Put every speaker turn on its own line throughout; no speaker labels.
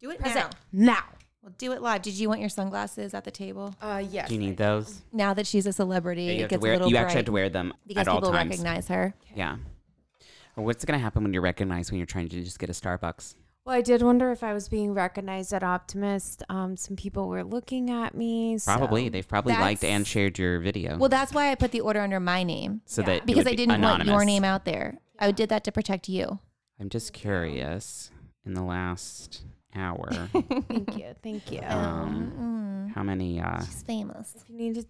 Do it
Present.
now. Now. Well, do it live. Did you want your sunglasses at the table?
Uh, yes.
Do you need those?
Now that she's a celebrity,
Yeah, you
it
have to
gets
wear,
a little
you
bright
actually have to wear them
because
at all
people
times.
recognize her.
Yeah. Or What's going to happen when you're recognized when you're trying to just get a Starbucks?
Well, I did wonder if I was being recognized at Optimist. Um, some people were looking at me. so-
Probably. They've probably liked
That's-
and shared your video.
Well, that's why I put the order under my name
so
yeah.
that it
because
would
I
be
didn't
anonymous.
want your name out there. I did that to protect you.
I'm just curious. In the last hour,
Thank you. Thank you.
Um,
Mm.
how many? Uh,
She's famous.
if you need to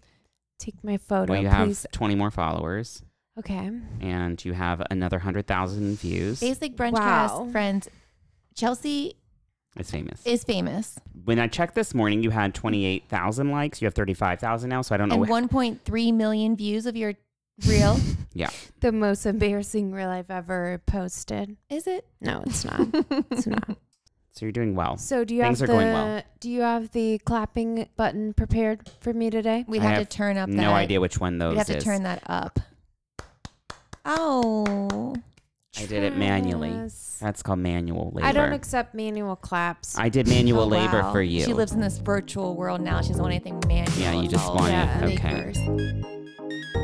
take my photo,
well, you have
please.
20 more followers,
Okay.
and you have another hundred thousand views.
Basic brunch
Wow.
cast friends. Chelsea
It's famous.
is famous
when I checked this morning, you had 28,000 likes. You have 35,000 now, so I don't know.
and
wh-
1.3 million views of your reel.
yeah.
The most embarrassing reel I've ever posted.
is it?
No, it's not. it's not.
So you're doing well.
So do you
Things
have
are
the
going well.
do you have the clapping button prepared for me today?
We'd
I
have,
have
to turn up.
No
that.
idea which one those
We'd have to
is.
turn that up. Oh,
I did it manually.
Travis.
That's called manual labor.
I don't accept manual claps.
I did manual
Oh,
labor
wow.
for you.
She lives in this virtual world now. She doesn't want anything manual.
Yeah, you just
involved.
want
Yeah.
it. Okay.
Bakers.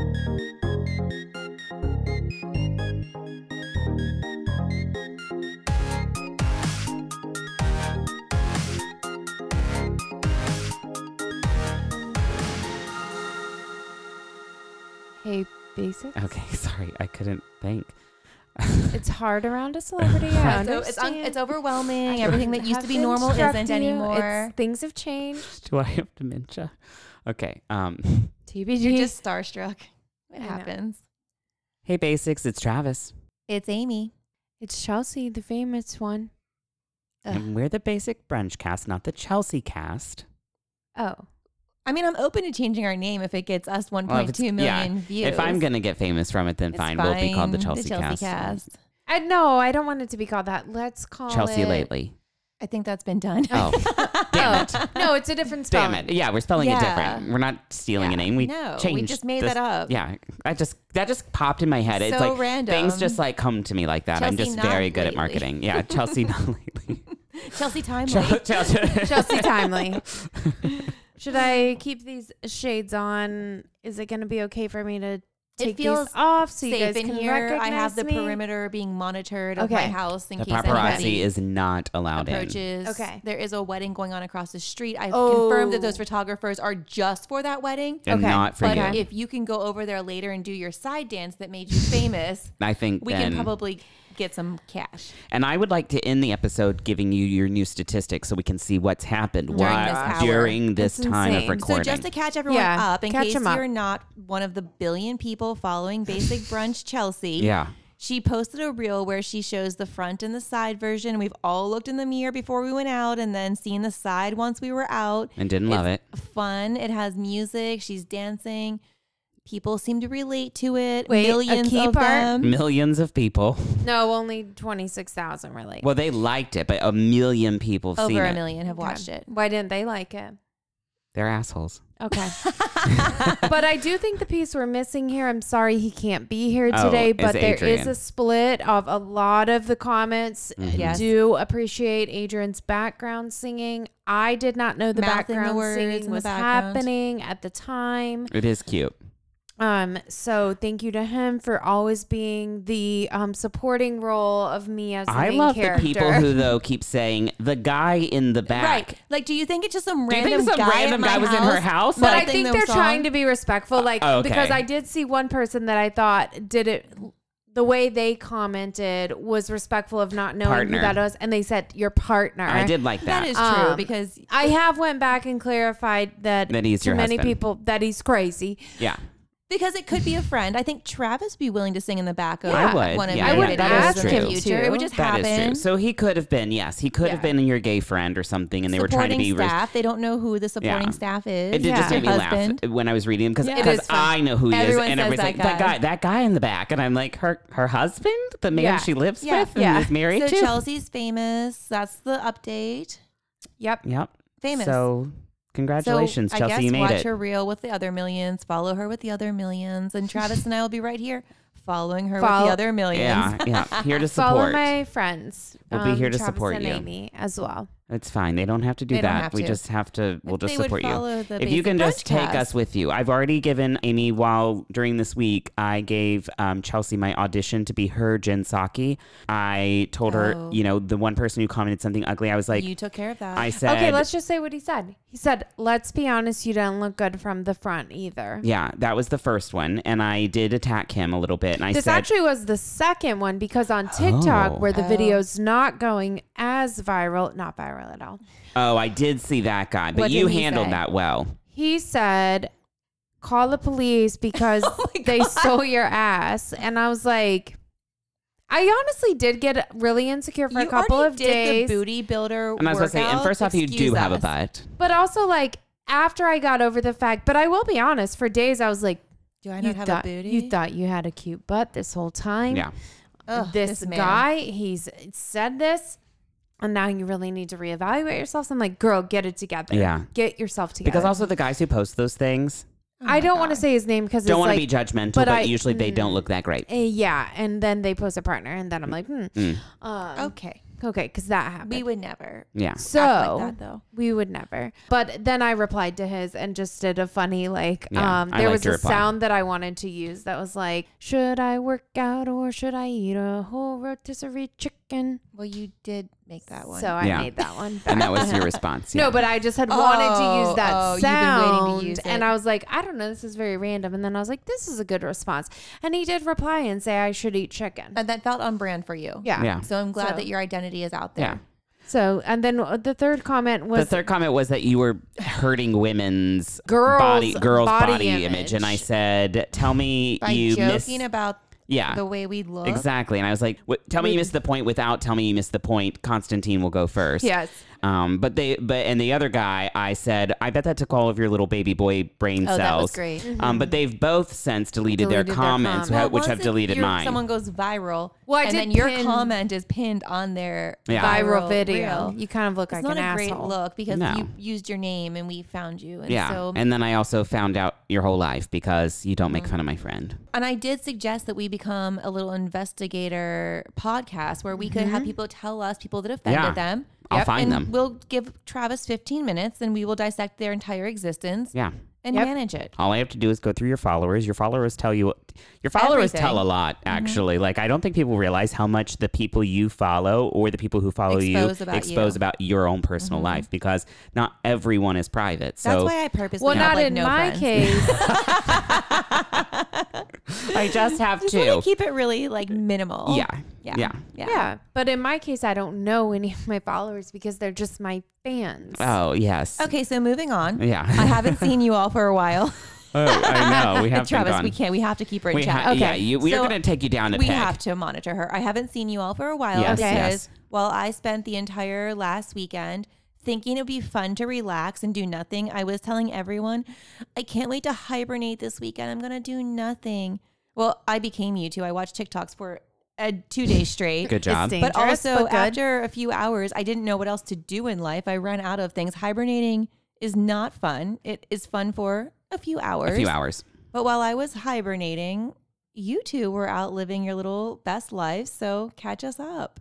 hey, basic.
Okay. Sorry, I couldn't think.
It's hard around a celebrity. I
So it's, un-
understand.
it's overwhelming.
I
Everything that
don't
used
have
to be normal
instruct
isn't
you.
anymore.
It's, things have changed.
Do I have dementia? Okay. Um.
TBG.
You're just starstruck. It
I know.
happens.
Hey, basics. It's Travis,
It's Amy.
it's Chelsea, the famous one.
Ugh.
and we're the Basic Brunch Cast, not the Chelsea Cast.
Oh,
I mean, I'm open to changing our name if it gets us 1.2
Well, if
million
it's- yeah,
views.
If I'm gonna get famous from it, then
It's
fine. We'll be called the
fine,
Chelsea, Cast.
I no, I don't want it to be called that. Let's call
Chelsea
it
lately.
I think that's been done.
Oh, damn it.
No, it's a different spelling.
Damn it. Yeah, we're spelling it
Yeah.
different. We're not stealing a
Yeah.
name. We
No, we
changed
just made
this-
that up.
Yeah. I just that just popped in my head. It's
So
like
random.
things just like come to me like that. I'm
Chelsea
just very
not
good at
lately.
marketing. Yeah, Chelsea not lately.
Chelsea Timely.
Chel- Chelsea.
Chelsea Timely. Should I keep these shades on? Is it going to be okay for me to take
feels
these off so you
Safe
guys
in
can
here. I
recognize
have the
me?
perimeter being monitored of my
Okay.
house in
The
case
paparazzi
anybody
is not allowed in.
approaches.
Okay.
There is a wedding going on across the street. I've
Oh.
confirmed that those photographers are just for that wedding.
And
Okay.
not for
But
you.
if you can go over there later and do your side dance that made you famous,
I think
we
then,
can probably get some cash.
and I would like to end the episode giving you your new statistics so we can see what's happened while-
this hour.
during this
That's
time of
insane. So
recording.
So just to catch everyone
Yeah,
up, in
catch
case
'em up.
you're not one of the billion people following Basic Brunch Chelsea,
yeah,
she posted a reel where she shows the front and the side version. We've all looked in the mirror before we went out and then seen the side once we were out.
and didn't love it.
Fun. It has music. She's dancing. People seem to relate to it.
Wait, a
Millions
key
of
part?
Mm,
them.
Millions of people.
No, only 26,000 were like.
Well, they liked it, but a million people have seen
Over a
it.
million have
Okay.
watched it.
Why didn't they like it?
They're assholes.
Okay. but I do think the piece we're missing here, I'm sorry he can't be here
Oh,
today,
is
but there is
Adrian. Mm-hmm.
a split of a lot of the comments
Yes.
do appreciate Adrian's background singing. I did not know the
Mouthing the
background
words in
singing
the
was
background.
happening at the time.
It is cute.
Um, so thank you to him for always being the um supporting role of me as the
I
main
love
character.
the people who though keep saying the guy in the back.
Right. Like, do you think it's just some
Do you
random
think some
guy at
random
my
guy was in her house?
But
Like,
I think they're trying to be respectful, like
Uh,
because
okay.
I did see one person that I thought did it. The way they commented was respectful of not knowing
Partner.
who that was, and they said your partner.
I did like that.
That is
Um,
true because
I have went back and clarified that,
That he's
to
your
many
husband.
people that he's crazy.
yeah.
because it could be a friend. I think Travis be willing to sing in the back of
I would.
one of
Yeah,
your
I wouldn't
videos
ask
in the
him
future.
to.
It would just
that is
happen.
true. So he could have been, yes, he could have
Yeah.
been your gay friend or something, and they were trying to
supporting
be. res-
staff. They don't know who the supporting
Yeah.
staff is.
it did just
Your
make me
husband.
laugh when I was reading him because
Yeah. It is
I know who he
Everyone
is, and
says
everybody's
that
like that
guy.
guy, that guy in the back, and I'm like her her husband, the man
Yeah.
she lives
Yeah.
with, and
Yeah.
is married
So
to.
Chelsea's famous. That's the update.
Yep.
Yep,
Famous.
So congratulations,
so, I
Chelsea,
guess
you made
watch
it.
her reel with the other millions. Follow her with the other millions, and Travis and I will be right here following her with
Follow-
the other millions.
yeah, yeah, here to
Follow
support.
my friends. um,
We'll be here to
Travis
support
and
you.
Amy as well.
It's fine. They don't have to do
They don't
that.
have
We
to.
just have to. We'll
If
just
they would
support you.
follow the
If you
basic
can just take
broadcast.
us with you, I've already given Amy while during this week. I gave um, Chelsea my audition to be her Jen Saki. I told her,
Oh.
you know, the one person who commented something ugly. I was like,
you took care of that.
I said,
okay, let's just say what he said. He said, "Let's be honest, you don't look good from the front either."
yeah, that was the first one, and I did attack him a little bit, and I
This
said,
actually was the second one because on TikTok,
Oh.
where the
Oh.
video's not going as viral, not viral at all,
"Oh, I did see that guy, but
What did
you
he
handled
say?
that well."
he said, "Call the police because
Oh my
they
God.
stole your ass." And I was like, I honestly did get really insecure for
you
a couple
already
of
did
days,
the booty builder.
And I was gonna say, and
workout.
first off, you do
Excuse
have a
us.
butt.
but also like after I got over the fact. But I will be honest, for days I was like.
Do I not have
thought,
a booty?
You thought you had a cute butt this whole time.
Yeah,
Ugh,
this
man.
guy, he's said this, and now you really need to reevaluate yourself. So I'm like, girl, get it together.
Yeah.
Get yourself together.
because also the guys who post those things
Oh my
I don't want to
God.
say his name because
don't
it's
want
like,
to be judgmental,
but
but,
I-
usually they don't
mm.
look that great.
eh, yeah. And then they post a partner, and then I'm like, hmm.
Mm.
Um,
Okay,
okay, because that happened.
Oh. we would never.
Yeah.
so
act like that, though.
we would never. But then I replied to his and just did a funny like.
Yeah,
um,
I
there
liked
was a
your reply.
sound that I wanted to use that was like, "Should I work out or should I eat a whole rotisserie chicken?"
Well, you did make that one.
So I
Yeah.
made that one.
And that was your response.
No,
yeah.
but I just had wanted to use that
Oh, oh, you've
sound,
been waiting to use
and
it.
I was like, I don't know, this is very random. And then I was like, this is a good response. And he did reply and say, I should eat chicken.
and that felt on brand for you.
yeah.
Yeah.
So I'm glad
So-
that your identity is out
yeah.
there.
So, and then uh, the third comment
The
was,
third comment was that you were hurting women's
Girls'
body, girls'
body
body, image. and I
image.
said, "Tell me
By
you miss,
joking about
yeah,
the way we look.
exactly." And I was like, "Wh- "Tell me you missed the point without tell me you missed the point." Constantine will go first.
yes,
Um, but they, but and the other guy, I said, "I bet that took all of your little baby boy brain
Oh,
cells."
that was great. Mm-hmm.
Um, but they've both since deleted,
Deleted their
their comments,
comments.
wh- which have deleted
your-
mine.
Someone goes viral,
Well, I
and
did
then your
pin-
comment is pinned on their
Yeah.
viral,
viral
video.
reel.
You kind of look
It's
like
not
an
a great
asshole.
look because
No.
you used your name and we found you. And
yeah,
so and,
and then I also found out your whole life because you don't
Mm-hmm.
make fun of my friend.
I did suggest that we become a little investigator podcast where we could have
Mm-hmm.
people tell us people that offended
Yeah.
them.
I'll find
and
them.
We'll give Travis 15 minutes and we will dissect their entire existence
Yeah.
and
Yep.
manage it.
All I have to do is go through your followers. Your followers tell you, your followers
Everything. Mm-hmm.
tell a lot, actually. Like, I don't think people realize how much the people you follow or the people who follow
Expose
you
about
expose
you. Mm-hmm.
about your own personal life because not everyone is private.
That's
So
why I purposely
well,
have,
not
like,
in
no
my
friends.
case.
I just have
Just
to.
want to keep it really like minimal.
yeah.
Yeah.
Yeah.
Yeah.
yeah, but in my case, I don't know any of my followers because they're just my fans.
Oh, yes.
Okay, so moving on.
Yeah.
I haven't seen you all for a while.
Oh, I know. We have
Travis,
been gone.
we can't. We have to keep her in
We
check.
ha- Yeah, you, we
So
are going to take you down a
we
peg.
have to monitor her. I haven't seen you all for a while
Yes,
because
yes.
while I spent the entire last weekend thinking it would be fun to relax and do nothing, I was telling everyone, I can't wait to hibernate this weekend. I'm going to do nothing. Well, I became you too. I watched TikToks for uh, two days straight.
Good job.
It's
But
dangerous,
also,
but good.
after a few hours, I didn't know what else to do in life. I ran out of things. Hibernating is not fun. It is fun for a few hours.
A few hours.
But while I was hibernating, you two were out living your little best life. So catch us up.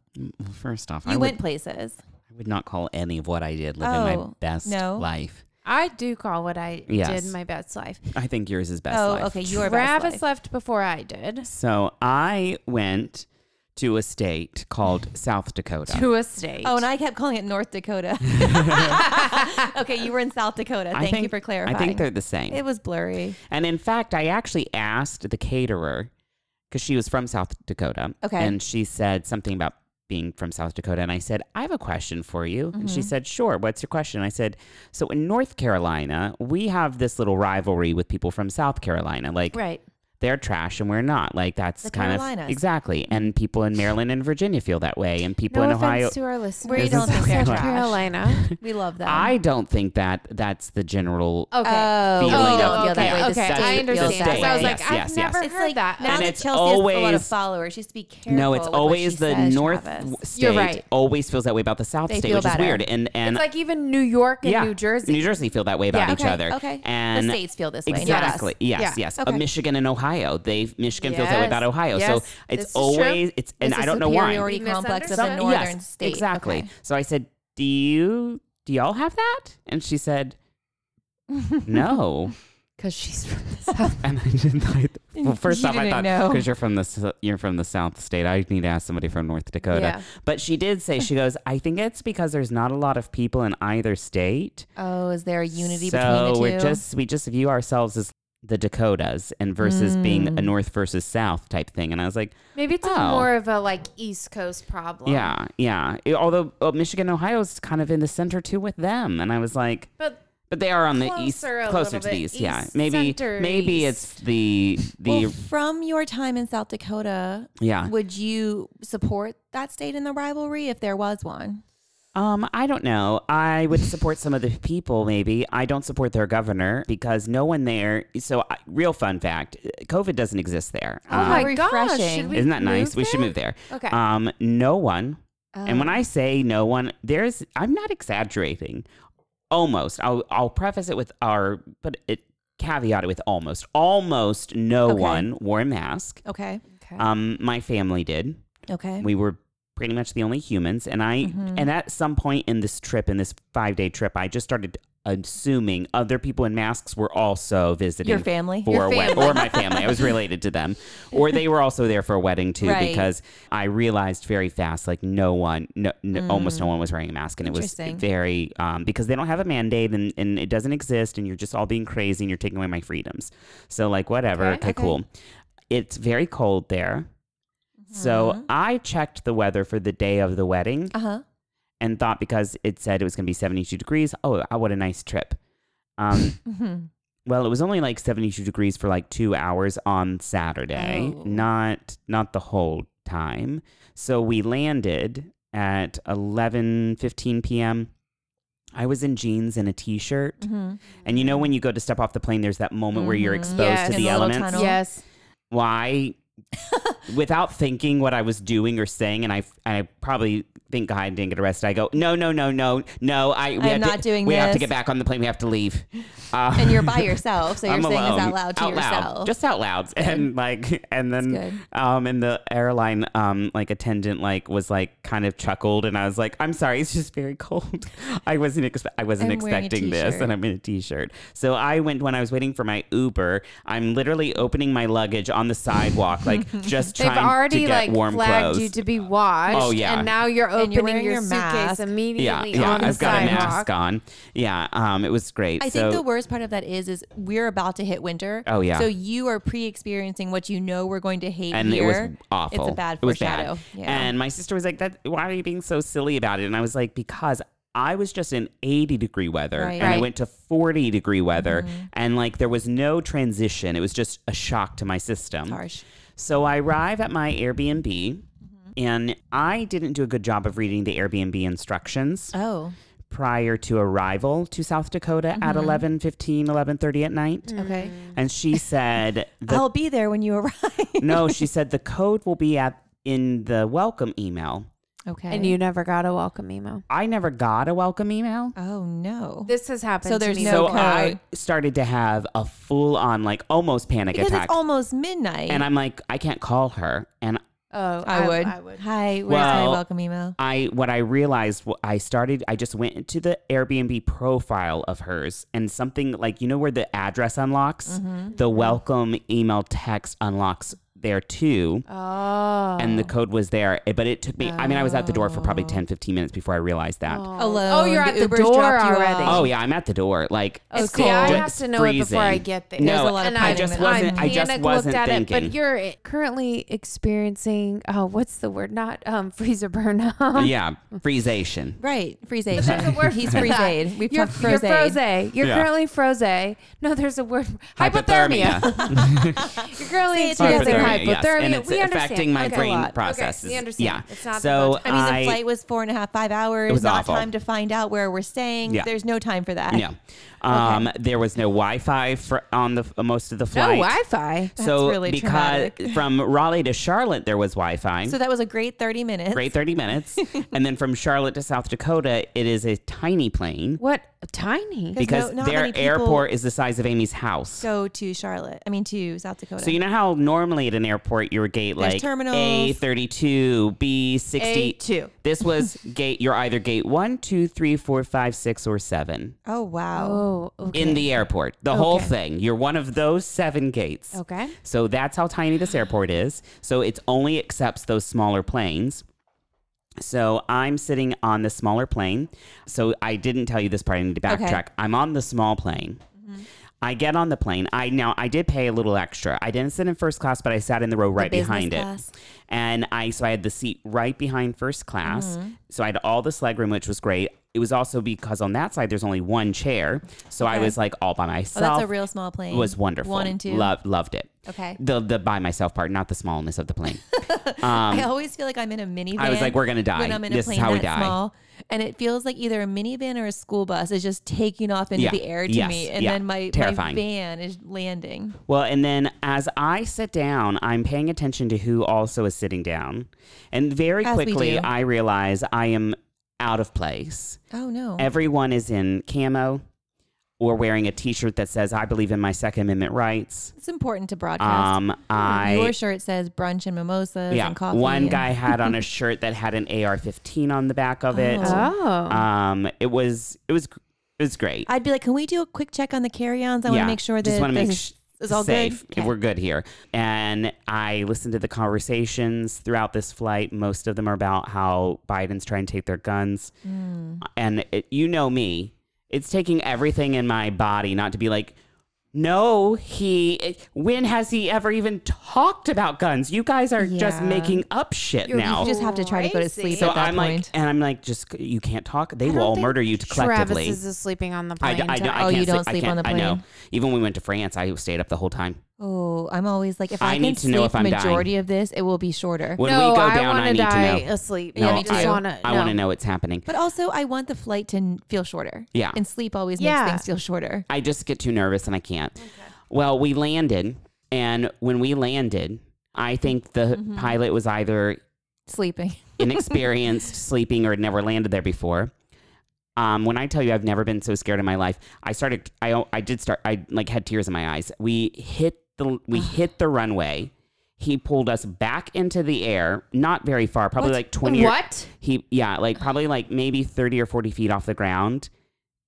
First off,
You
I,
went
would,
places.
I would not call any of what I did living my
Oh,
best
no.
life.
I do call what I
Yes.
did my best life.
I think yours is best
Oh,
life.
okay. Your best
Travis
life.
left before I did
So I went to a state called South Dakota.
to a state.
Oh, and I kept calling it North Dakota. okay, you were in South Dakota.
I
Thank you
think-
for clarifying.
I think they're the same.
it was blurry.
and in fact, I actually asked the caterer because she was from South Dakota.
Okay.
And she said something about being from South Dakota. And I said, I have a question for you. And
Mm-hmm.
she said, Sure. What's your question? I said, So in North Carolina, we have this little rivalry with people from South Carolina. Like,
Right.
they're trash and we're not. Like, that's
The
kind
Carolinas.
of exactly. And people in Maryland and Virginia feel that way. And people
no
in
offense
Ohio.
to our listeners.
Where you
This
don't
is
think they're
South
trash.
Carolina.
We love that.
I don't think that that's the general.
Okay.
Oh,
Feeling
you
of-
don't feel that
yeah.
way. The
okay,
state
I
feels
understand.
that
Because I was
way.
like,
Yes,
I've
yes, yes.
never
it's
heard
like
that.
now
And
that
it's
Chelsea has a lot of
always-
followers, she has to be careful.
No, it's
with what
always
she
the
says,
North
Travis.
w- state.
You're right.
Always feels that way about the South
They
state,
feel
which
better.
is weird. And and
it's like even New York and
yeah,
New Jersey.
New Jersey feel that way about
Yeah.
each
okay,
other.
Okay.
And
the states feel this way. not us.
Exactly. Yes.
Yeah.
Yes.
Okay.
Uh, Michigan and Ohio. They Michigan feels that way
Yes.
about Ohio.
Yes.
So
This
it's
is true.
always it's and
It's
I
a
don't know why.
superiority
We
complex of the
misunderstood.
northern
yes,
state.
Exactly.
Okay.
So I said, do you do y'all have that? And she said, no.
Because she's from the South.
And I didn't. I, well, first
You
off, I
didn't
thought
know.
because you're from the s- you're from the South State, I need to ask somebody from North Dakota.
Yeah.
But she did say she goes. I think it's because there's not a lot of people in either state.
Oh, is there a unity
so
between the
we're
two?
just we just view ourselves as the Dakotas and versus being a
Mm.
North versus South type thing. And I was like,
Maybe it's a
Oh.
more of a like East Coast problem.
yeah, yeah. It- although uh, Michigan, Ohio is kind of in the center too with them. And I was like,
But
but they are on the east,
Closer a
closer
little
to the
bit.
east. Yeah,
East,
maybe
center
maybe
east.
it's the the
well, from your time in South Dakota,
yeah.
would you support that state in the rivalry if there was one?
Um, I don't know. I would support some of the people, maybe. I don't support their governor because no one there. So, I, real fun fact: COVID doesn't exist there.
oh
Um,
my gosh,
refreshing.
should we
isn't that
move
nice? We should
there?
move there.
Okay.
Um, no one. And when
Oh.
I say no one, there's. I'm not exaggerating. Almost. I'll. I'll preface it with our. But it caveat it with almost. Almost no
Okay.
one wore a mask.
Okay.
okay.
Um, my family did
Okay.
we were pretty much the only humans and i and at some point in this trip in this five day trip i just started assuming other people in masks were also visiting
Your family?
for
Your
a wedding
family.
or my family i was related to them or they were also there for a wedding too
Right.
because i realized very fast like no one no, no almost no one was wearing a mask and it was
Interesting.
very um, because they don't have a mandate and, and it doesn't exist and you're just all being crazy and you're taking away my freedoms so like whatever
Okay.
okay cool it's very cold there so I checked the weather for the day of the wedding
Uh huh.
and thought because it said it was going to be 72 degrees, oh, ah, what a nice trip. Um,
Mm-hmm.
well, it was only like 72 degrees for like two hours on Saturday,
Oh.
not not the whole time. So we landed at 11:15 p.m. I was in jeans and a t-shirt.
Mm-hmm.
And you know when you go to step off the plane, there's that moment where you're
Mhm.
exposed
Yes.
to
In
the
the little
elements
tunnel.
yes.
why without thinking what I was doing or saying and I I probably think God I didn't get arrested. I go, "No, no, no, no. No, I we
I'm
have to-
not doing
We have to
this."
get back on the plane. We have to leave." Uh,
And you're by yourself, so you're
I'm
saying
alone,
this out loud to yourself.
Just out loud. And like and
That's
then um and the airline um like attendant like was like kind of chuckled and I was like, I'm sorry, it's just very cold. I wasn't expe- I wasn't
I'm wearing a
expecting this
t-shirt.
and I'm in a t-shirt. So I went when I was waiting for my Uber, I'm literally opening my luggage on the sidewalk, like just
They've
trying to
already
get
like
warm
flagged
clothes.
you to be washed.
Oh, yeah.
And now you're
And
opening
you're wearing
your,
your
suitcase
mask.
immediately
yeah, yeah.
on the
I've got a
sidewalk.
mask on. Yeah, um, it was great.
I
so,
think the worst part of that is, is we're about to hit winter.
Oh, yeah.
So you are pre-experiencing what you know we're going to hate
and
here.
it was awful.
It's a bad
It was bad.
foreshadow. Yeah.
And my sister was like, "That why are you being so silly about it?" And I was like, "Because I was just in 80 degree weather,
Right. Mm-hmm.
and I
Right.
went to 40 degree weather, and like there was no transition. It was just a shock to my system.
harsh. Mm-hmm.
So I arrive at my Airbnb, and I didn't do a good job of reading the Airbnb instructions
Oh,
prior to arrival to South Dakota
Mm-hmm.
at 11, 11.30 at night.
okay.
And she said, the
I'll be there when you arrive.
no, she said the code will be at in the welcome email.
okay.
And you never got a welcome email.
I never got a welcome email.
Oh no.
This has happened.
So
to
there's
me
no
so
code.
I started to have a full on like almost panic
because
attack.
it's almost midnight.
and I'm like, I can't call her. And
Oh,
I would.
I would.
Hi, where's my
Well,
welcome email?
I what I realized wh- I started I just went into the Airbnb profile of hers and something like you know where the address unlocks,
Mm-hmm.
the welcome email text unlocks there too.
Oh.
And the code was there, It- but it took me. I mean, I was at the door for
Oh.
probably 10, 15 minutes before I realized that. Oh,
Alone.
Oh, you're at the
Uber's
door
dropped you
already.
off.
yeah, I'm at the door. Like,
Oh,
It's
see, I
cold.
have to know it before I
Freezing.
get there.
No,
There's a lot of
and
I
I
just
just
wasn't-
wasn't.
I
I
just wasn't
looked at it,
thinking.
but you're eh, currently experiencing. Oh, what's the word? Not um, freezer burn.
yeah, freezation.
Right. Freeze aid.
There's a word
He's
for
freeze
that.
aid. We've
You're,
talked
you're
froze aid.
froze. You're
Yeah.
currently froze. No, there's a word. Hypothermia. You're
Say
currently
it together.
experiencing
Hypothermia,
hypothermia.
yes. And it's
we understand.
affecting my
Okay.
brain
Okay,
processes.
we understand.
Yeah.
It's not
So- uh,
so.
I mean, the
I-
flight was four and a half, five hours.
was
not
awful.
time to find out where we're staying.
Yeah.
There's no time for that.
Yeah. Um, There was no Wi Fi on the f- most of the
no
flight.
Wi-Fi.
so,
really
because
traumatic.
from Raleigh to Charlotte, there was Wi Fi.
So that was a great 30 minutes.
Great 30 minutes. and then from Charlotte to South Dakota, it is a tiny plane
What tiny?
because
no- not
their
many people-
airport is the size of Amy's house.
Go to Charlotte. I mean, to South Dakota.
So you know how normally at an an airport, your gate
There's
like
terminals.
A thirty two, B sixty
A2.
This was gate. You're either gate one, two, three, four, five, six, or seven
Oh wow.
Oh, okay.
in the airport. The whole
Okay.
thing. You're one of those seven gates.
okay.
So that's how tiny this airport is. So it only accepts those smaller planes. So I'm sitting on the smaller plane. So I didn't tell you this part. I need to backtrack.
Okay. Mm-hmm.
I'm on the small plane. I get on the plane. I now I did pay a little extra. I didn't sit in first class, but I sat in the row right
business
behind
class.
it. And I so I had the seat right behind first class.
Mm-hmm.
So I had all this legroom, which was great. It was also because on that side there's only one chair. So I
Okay.
was like all by
Oh,
myself.
that's a real small plane.
It was wonderful.
One and two.
Loved loved it.
Okay.
The the by myself part, not the smallness of the plane.
I always feel like I'm in a minivan.
Um, I was like, we're gonna die.
When I'm in
This
a
is
plane
how we
that
die.
small, and it feels like either a minivan or a school bus is just taking off into
Yeah.
the air to
Yes.
me, and
Yeah.
then my, my
Terrifying.
van is landing.
well, and then as I sit down, I'm paying attention to who also is sitting down, and very
As we
quickly
do.
I realize I am out of place.
Oh no.
Everyone is in camo or wearing a T-shirt that says "I believe in my Second Amendment rights."
it's important to broadcast.
Um, I
Your shirt says brunch and mimosas
yeah,
and coffee.
one
and-
guy had on a shirt that had an AR-15 on the back of it.
Oh.
Oh.
Um, it was it was it was great.
I'd be like, can we do a quick check on the carry-ons? I want to make sure that
just wanna
this
make
is-
sh-
is all
safe.
good. Okay.
We're good here. And I listened to the conversations throughout this flight. Most of them are about how Biden's trying to take their guns.
Hmm.
And it, you know me, it's taking everything in my body not to be like, no, he. When has he ever even talked about guns? You guys are just
Yeah.
making up shit
You're-
now.
You just have to try to go to
Crazy.
sleep
so
at that
I'm
point.
like, and I'm like, just you can't talk. They will
don't
all
think
murder you collectively.
Travis is just sleeping on the
I,
plane.
d- I d- I
tonight.
Oh, you
can't
don't
I
sleep on
can't-
the
I know.
plane.
Even when we went to France, I stayed up the whole time.
oh, I'm always like, if I,
I
can
need to know
sleep
if I'm dying.
majority of this, it will be shorter.
When
no,
we go
I
down,
wanna
I need
die
to know.
asleep.
Yeah,
no,
me too.
I,
just want to.
I want to know what's happening.
But also, I want the flight to n- feel shorter.
Yeah.
And sleep always
Yeah.
makes things feel shorter.
I just get too nervous and I can't. Well, we landed, and when we landed, I think the
Mm-hmm.
pilot was either
Sleeping.
inexperienced, sleeping, or had never landed there before. Um, when I tell you I've never been so scared in my life, I started. I I did start. I like had tears in my eyes. We hit the we hit the runway. He pulled us back into the air, not very far, probably
What?
like twenty. or-
What?
he yeah, like probably like maybe thirty or forty feet off the ground,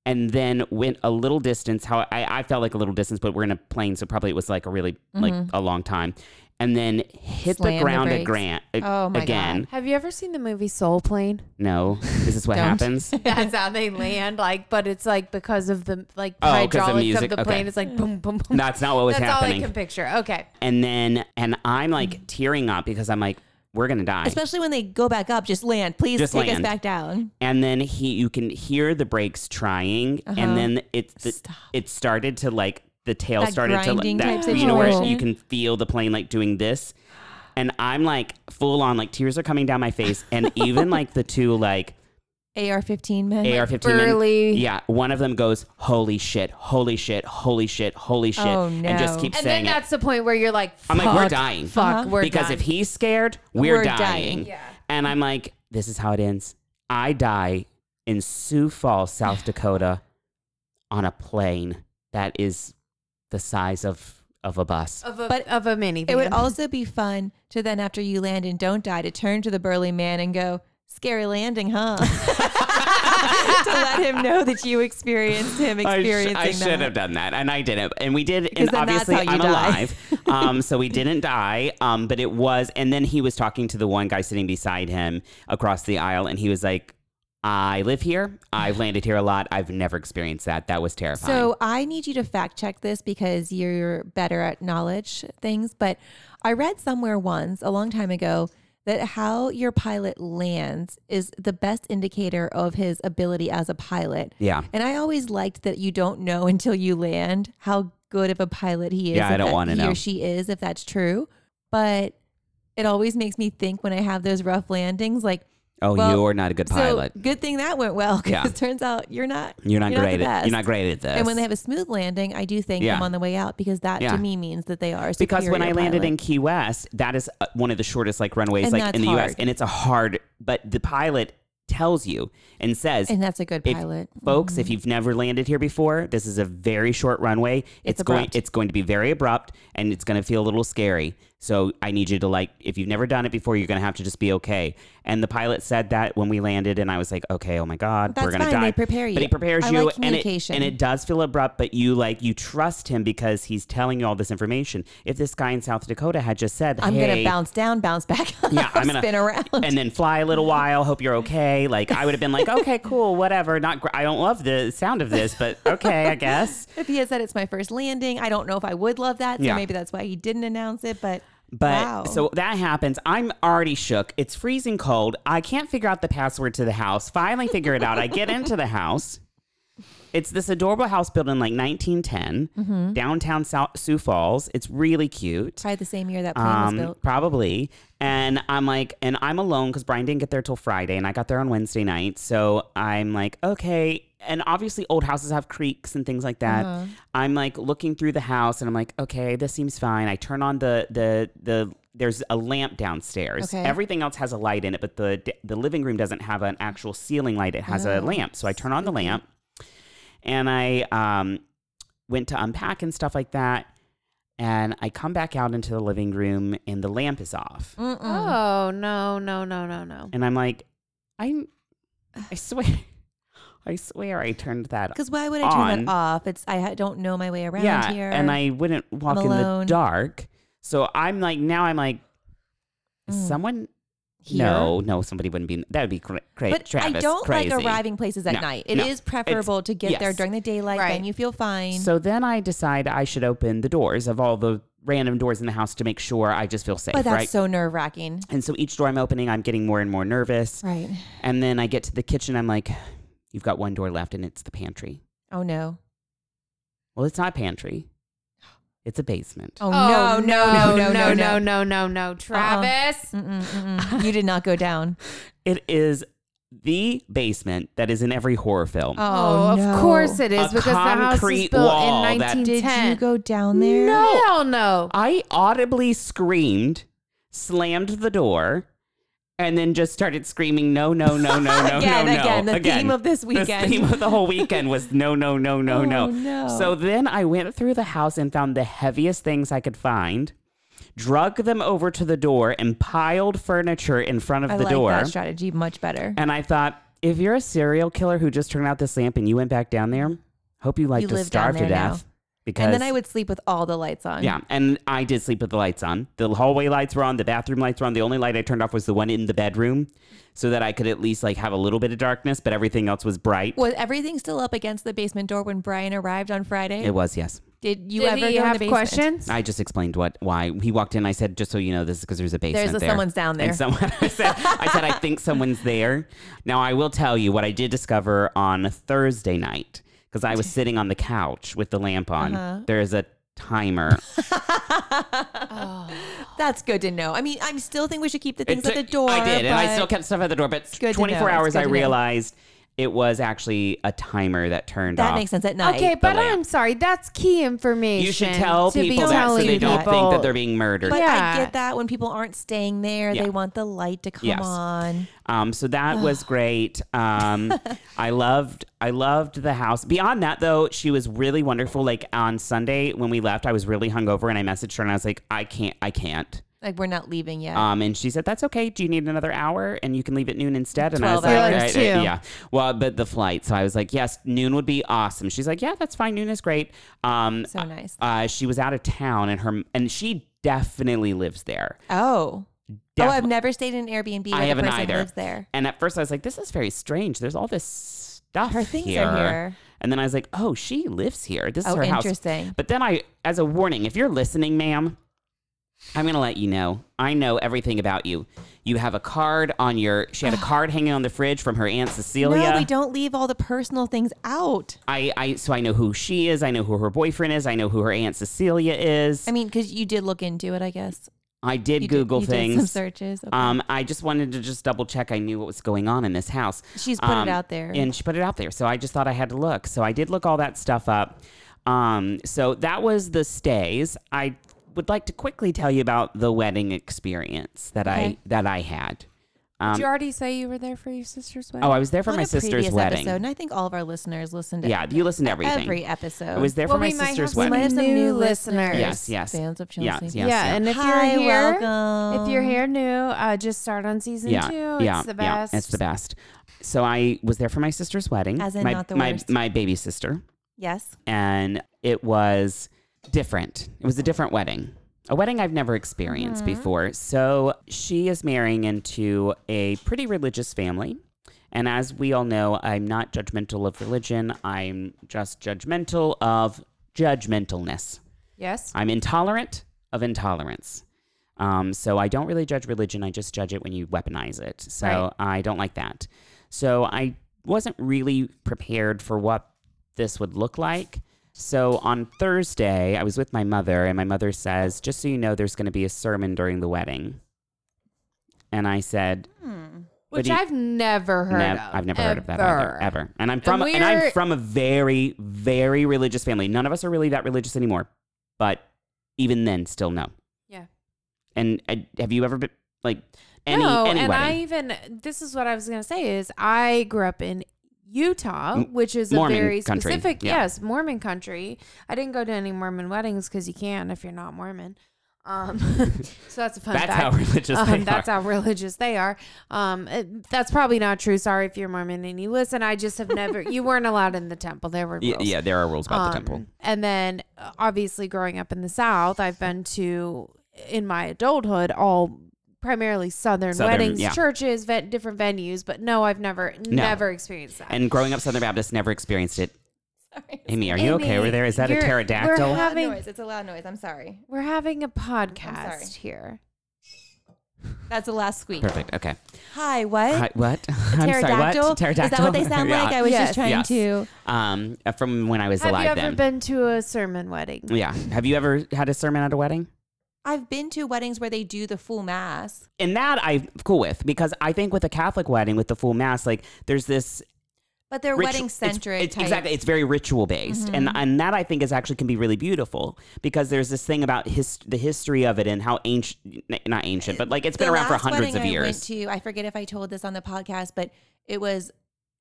and then went a little distance. How I, I felt like a little distance, but we're in a plane, so probably it was like a really like a long time, and then hit
Mm-hmm. Slam
the
the brakes.
ground again.
Oh my God.
again.
Have you ever seen the movie Soul Plane?
No, this is what
Don't.
happens.
That's how they land. Like, but it's like because of the like
Oh, 'cause of the
hydraulics
music,
of the
okay.
plane. It's like boom, boom, boom.
That's not what was
That's all I
happening.
can picture. Okay.
and then, and I'm like tearing up because I'm like, we're gonna die.
Especially when they go back up, just land. Please
Just
take us
land.
back down.
and then he, you can hear the brakes trying, and then it's the,
Uh-huh. Stop.
it started to like the tail
That
started to
grinding
like that
type
you know where you
situation.
can feel the plane like doing this, and I'm like full on like tears are coming down my face, and even like the two like
AR 15 men.
AR-15.
burly.
And, yeah, one of them goes, "Holy shit! Holy shit! Holy shit! Holy shit!"
Oh,
and just
no.
keeps
And
saying
then
it.
that's the point where you're like,
I'm like, we're
fuck,
dying.
Fuck,
Uh-huh.
we're
because
done.
if he's scared, we're,
We're
dying.
dying.
Yeah.
And I'm like, this is how it ends. I die in Sioux Falls, South Dakota, on a plane that is the size of of a bus.
of a
But-
of a minivan,
It would also be fun to then, after you land and don't die, to turn to the burly man and go, scary landing, huh? to let him know that you experienced him
I, sh-
experiencing
I should
that.
have done that, and I didn't. And we did, and
Because then that's
obviously
how you
I'm
die.
alive, um, so we didn't die. Um, but it was, and then he was talking to the one guy sitting beside him across the aisle, and he was like, "I live here. I've landed here a lot. I've never experienced that. That was terrifying."
So I need you to fact check this because you're better at knowledge things. But I read somewhere once a long time ago that how your pilot lands is the best indicator of his ability as a pilot.
yeah.
And I always liked that you don't know until you land how good of a pilot he is.
Yeah, I
if
don't
that-
wanna
He
know.
or she is, if that's true. But it always makes me think when I have those rough landings, like,
Oh,
Well,
you're not a good pilot.
so good thing that went well because
Yeah.
it turns out you're not.
you're not
you're not the
great at
best.
you're not great at this.
And when they have a smooth landing, I do thank
Yeah.
them on the way out because that
Yeah.
to me means that they are a
because when I
superior
landed
pilot.
in Key West, that is uh, one of the shortest like runways
And
like
that's
in the U.S.
hard.
and it's a hard. But the pilot tells you and says,
and that's a good
if-
pilot.
folks,
Mm.
if you've never landed here before, this is a very short runway. It's, going
abrupt.
it's going to be very abrupt and it's going to feel a little scary. So I need you to like, if you've never done it before, you're gonna have to just be okay. And the pilot said that when we landed, and I was like, okay, oh my god,
That's
we're gonna
fine.
die.
They prepare
but
you.
it prepares
I
you,
like
and it
communication.
and it does feel abrupt. But you like you trust him because he's telling you all this information. If this guy in South Dakota had just said,
I'm
hey,
gonna bounce down, bounce back,
Yeah, I'm gonna-
spin around.
and then fly a little while. Hope you're okay. Like I would have been like, okay, cool, whatever. Not gr- I don't love the sound of this, but okay, I guess.
if he had said it's my first landing, I don't know if I would love that. So
Yeah.
maybe that's why he didn't announce it. But
But
wow.
so that happens. I'm already shook. It's freezing cold. I can't figure out the password to the house. Finally, figure it out. I get into the house. It's this adorable house built in like 1910, downtown Sou- Sioux Falls. It's really cute.
probably the same year that plane was
Um,
built.
probably. And I'm like, and I'm alone because Brian didn't get there till Friday, and I got there on Wednesday night. So I'm like, okay. And obviously, old houses have creeks and things like that.
Uh-huh.
I'm like looking through the house, and I'm like, okay, this seems fine. I turn on the the the. There's a lamp downstairs.
Okay.
Everything else has a light in it, but the the living room doesn't have an actual ceiling light. It has
Oh.
a lamp. So I turn on the lamp, and I um, went to unpack and stuff like that. And I come back out into the living room and the lamp is off.
Mm. Mm-mm.
Oh no no no no no.
And I'm like, I, I swear, I swear I turned that
Because why would I turn
on.
that off? It's I ha- don't know my way around
yeah,
here.
and I wouldn't walk in the
alone.
dark. So I'm like, now I'm like, is someone?
Mm. Here?
No, no, somebody wouldn't be. That would be cra- cra-
But
Travis,
I don't
crazy.
like arriving places at
No,
night. It is
no.
preferable to get there
yes.
during the daylight,
Right.
then you feel fine.
So then I decide I should open the doors of all the random doors in the house to make sure I just feel safe,
but that's
right?
so nerve wracking.
and so each door I'm opening, I'm getting more and more nervous.
Right.
And then I get to the kitchen. I'm like, you've got one door left and it's the pantry.
Oh no.
Well, it's not pantry. It's a basement.
Oh, no, no, no, no,
no
no, Uh-uh.
no no no Travis.
Mm-mm, mm-mm. You did not go down.
It is the basement that is in every horror film.
Oh,
of
no.
course it is
A
because the house is
concrete
built
wall
in
that-
Did
1910.
you go down there?
No.
Hell no.
I audibly screamed, slammed the door, and then just started screaming, no, no, no, no, no,
Again,
no, no.
again, the theme of this
The
weekend.
theme of the whole weekend was no, no, no, no,
Oh,
no.
no.
So then I went through the house and found the heaviest things I could find, drug them over to the door, and piled furniture in front of
I
the
like
door.
that strategy much better.
And I thought, if you're a serial killer who just turned out this lamp and you went back down there, hope you like
You
to
live down
starve to
there now.
death. Because
And then I would sleep with all the lights on.
yeah, and I did sleep with the lights on. The hallway lights were on, the bathroom lights were on. The only light I turned off was the one in the bedroom, so that I could at least like have a little bit of darkness, but everything else was bright.
Was everything still up against the basement door when Brian arrived on Friday?
It was yes.
Did you
Did
ever
he
go in
have
the basement?
questions?
I just explained what why he walked in. I said, just so you know, this is because there's a basement.
a-
there.
someone's down there.
And someone I said, I said, I think someone's there. Now I will tell you what I did discover on Thursday night because I was sitting on the couch with the lamp on.
Uh-huh.
There is a timer.
That's good to know. I mean, I still think we should keep the
It
things at the
took-
door.
I did, and I
but-
still kept stuff at the door. But
good to know.
24
It's
hours,
good
I
to know.
realized it was actually a timer that turned
that
off.
makes sense at night.
Okay, but
lamp.
I'm sorry. That's key information.
You should tell
to be
people that so
telling
they don't think that
people.
they're being murdered.
But I
Yeah.
get that when people aren't staying there,
Yeah.
they want the light to come
Yes.
on.
Um, so that was great. Um, I loved I loved the house. Beyond that though, she was really wonderful. Like on Sunday when we left, I was really hungover and I messaged her and I was like, I can't, I can't.
Like we're not leaving yet.
Um, and she said, That's okay. Do you need another hour? And you can leave at noon instead. And I was
12
like,
hours.
"Right,
Yours
right,
too.
Yeah. Well, but the flight. So I was like, Yes, noon would be awesome. She's like, Yeah, that's fine. Noon is great. Um,
so nice.
uh, she was out of town and her and she definitely lives there.
oh. Oh,
Definitely.
I've never stayed in an Airbnb where
I
the
haven't
person
either.
lives there.
And at first I was like, this is very strange. There's all this stuff
Her things
here.
are here.
And then I was like, oh, she lives here. This is
Oh,
her house.
interesting.
But then I, as a warning, if you're listening, ma'am, I'm going to let you know. I know everything about you. You have a card on your, she had a card hanging on the fridge from her Aunt Cecilia.
No, we don't leave all the personal things out.
I, I, so I know who she is. I know who her boyfriend is. I know who her Aunt Cecilia is.
I mean, because you did look into it, I guess.
I did
You did-
Google
you did
things.
some searches. Okay.
Um, I just wanted to just double check I knew what was going on in this house.
She's put it
Um,
out there.
And she put it out there. So I just thought I had to look. So I did look all that stuff up. Um, so that was the stays. I would like to quickly tell you about the wedding experience that I
Okay.
that I had.
Did
Um,
you already say you were there for your sister's wedding?
oh, I was there for
On
my
a
sister's
previous
wedding.
Episode, and I think all of our listeners listened to
Yeah, you listened to everything.
every episode.
I was there
Well,
for my
we might have
sister's
some-
we might
wedding.
have some
New
new
listeners.
listeners.
Yes, yes.
Fans of Chelsea.
Yes, yes,
yeah, and if
Hi,
you're here,
welcome.
if you're here new, uh, just start on season
yeah,
two.
yeah,
it's the
yeah,
best.
it's the best. So I was there for my sister's wedding.
As in
my,
not the
my,
worst.
my baby sister.
yes,
and it was different. It was a different wedding, a wedding I've never experienced before. So she is marrying into a pretty religious family. And as we all know, I'm not judgmental of religion, I'm just judgmental of judgmentalness.
yes.
I'm intolerant of intolerance. Um, so I don't really judge religion. I just judge it when you weaponize it. So
Right.
I don't like that. So I wasn't really prepared for what this would look like. So on Thursday, I was with my mother, and my mother says, Just so you know, there's going to be a sermon during the wedding. And I said,
Hmm.
But
Which
you-
I've never heard
"Nev-
of.
I've never heard of that either, ever. And I'm from,
And
and I'm
we're-
from a very, very religious family. None of us are really that religious anymore, but even then, still no.
Yeah.
And uh, have you ever been like any
no,
any
and I
wedding?
even this is what I was gonna say is I grew up in Utah,
M-
which is
Mormon
a very
country,
specific
yeah.
yes Mormon country. I didn't go to any Mormon weddings because you can if you're not Mormon. Um, so that's a fun
that's
fact.
how religious
Um,
they
that's how
are.
religious they are. Um, it- that's probably not true. Sorry if you're Mormon and you listen. I just have never. you weren't allowed in the temple. There were rules.
yeah, yeah, there are rules about the
Um,
temple.
And then uh, obviously growing up in the South, I've been to in my adulthood all primarily southern,
Southern,
weddings,
yeah.
churches, ve- different venues, but no, I've never never experienced that.
And growing up Southern Baptist, never experienced it.
sorry.
Amy, are you okay
Amy,
over there? Is that a
you're- we're
pterodactyl?
Loud
Having-
noise. It's a loud noise. I'm sorry.
We're having a
sorry.
podcast here.
That's the last squeak.
Perfect. Okay.
Hi, what?
Hi, what? I'm sorry.
Pterodactyl?
What? Pterodactyl.
Is that what they sound
Yeah.
like? I was
Yes.
just trying
Yes.
to.
Um, uh, from when I was
Have
alive.
you ever
then.
been to a sermon wedding?
Yeah. Have you ever had a sermon at a wedding?
I've been to weddings where they do the full mass.
And that I'm cool with because I think with a Catholic wedding with the full mass, like there's this
But they're
ritu-
wedding
it's-
centric.
it's- Exactly, it's very ritual based, and
Mm-hmm.
and that I think is actually can be really beautiful because there's this thing about his the history of it and how ancient, not ancient, but like it's been
The
around for
last
hundreds
wedding
of
I
years.
went to, I forget if I told this on the podcast, but it was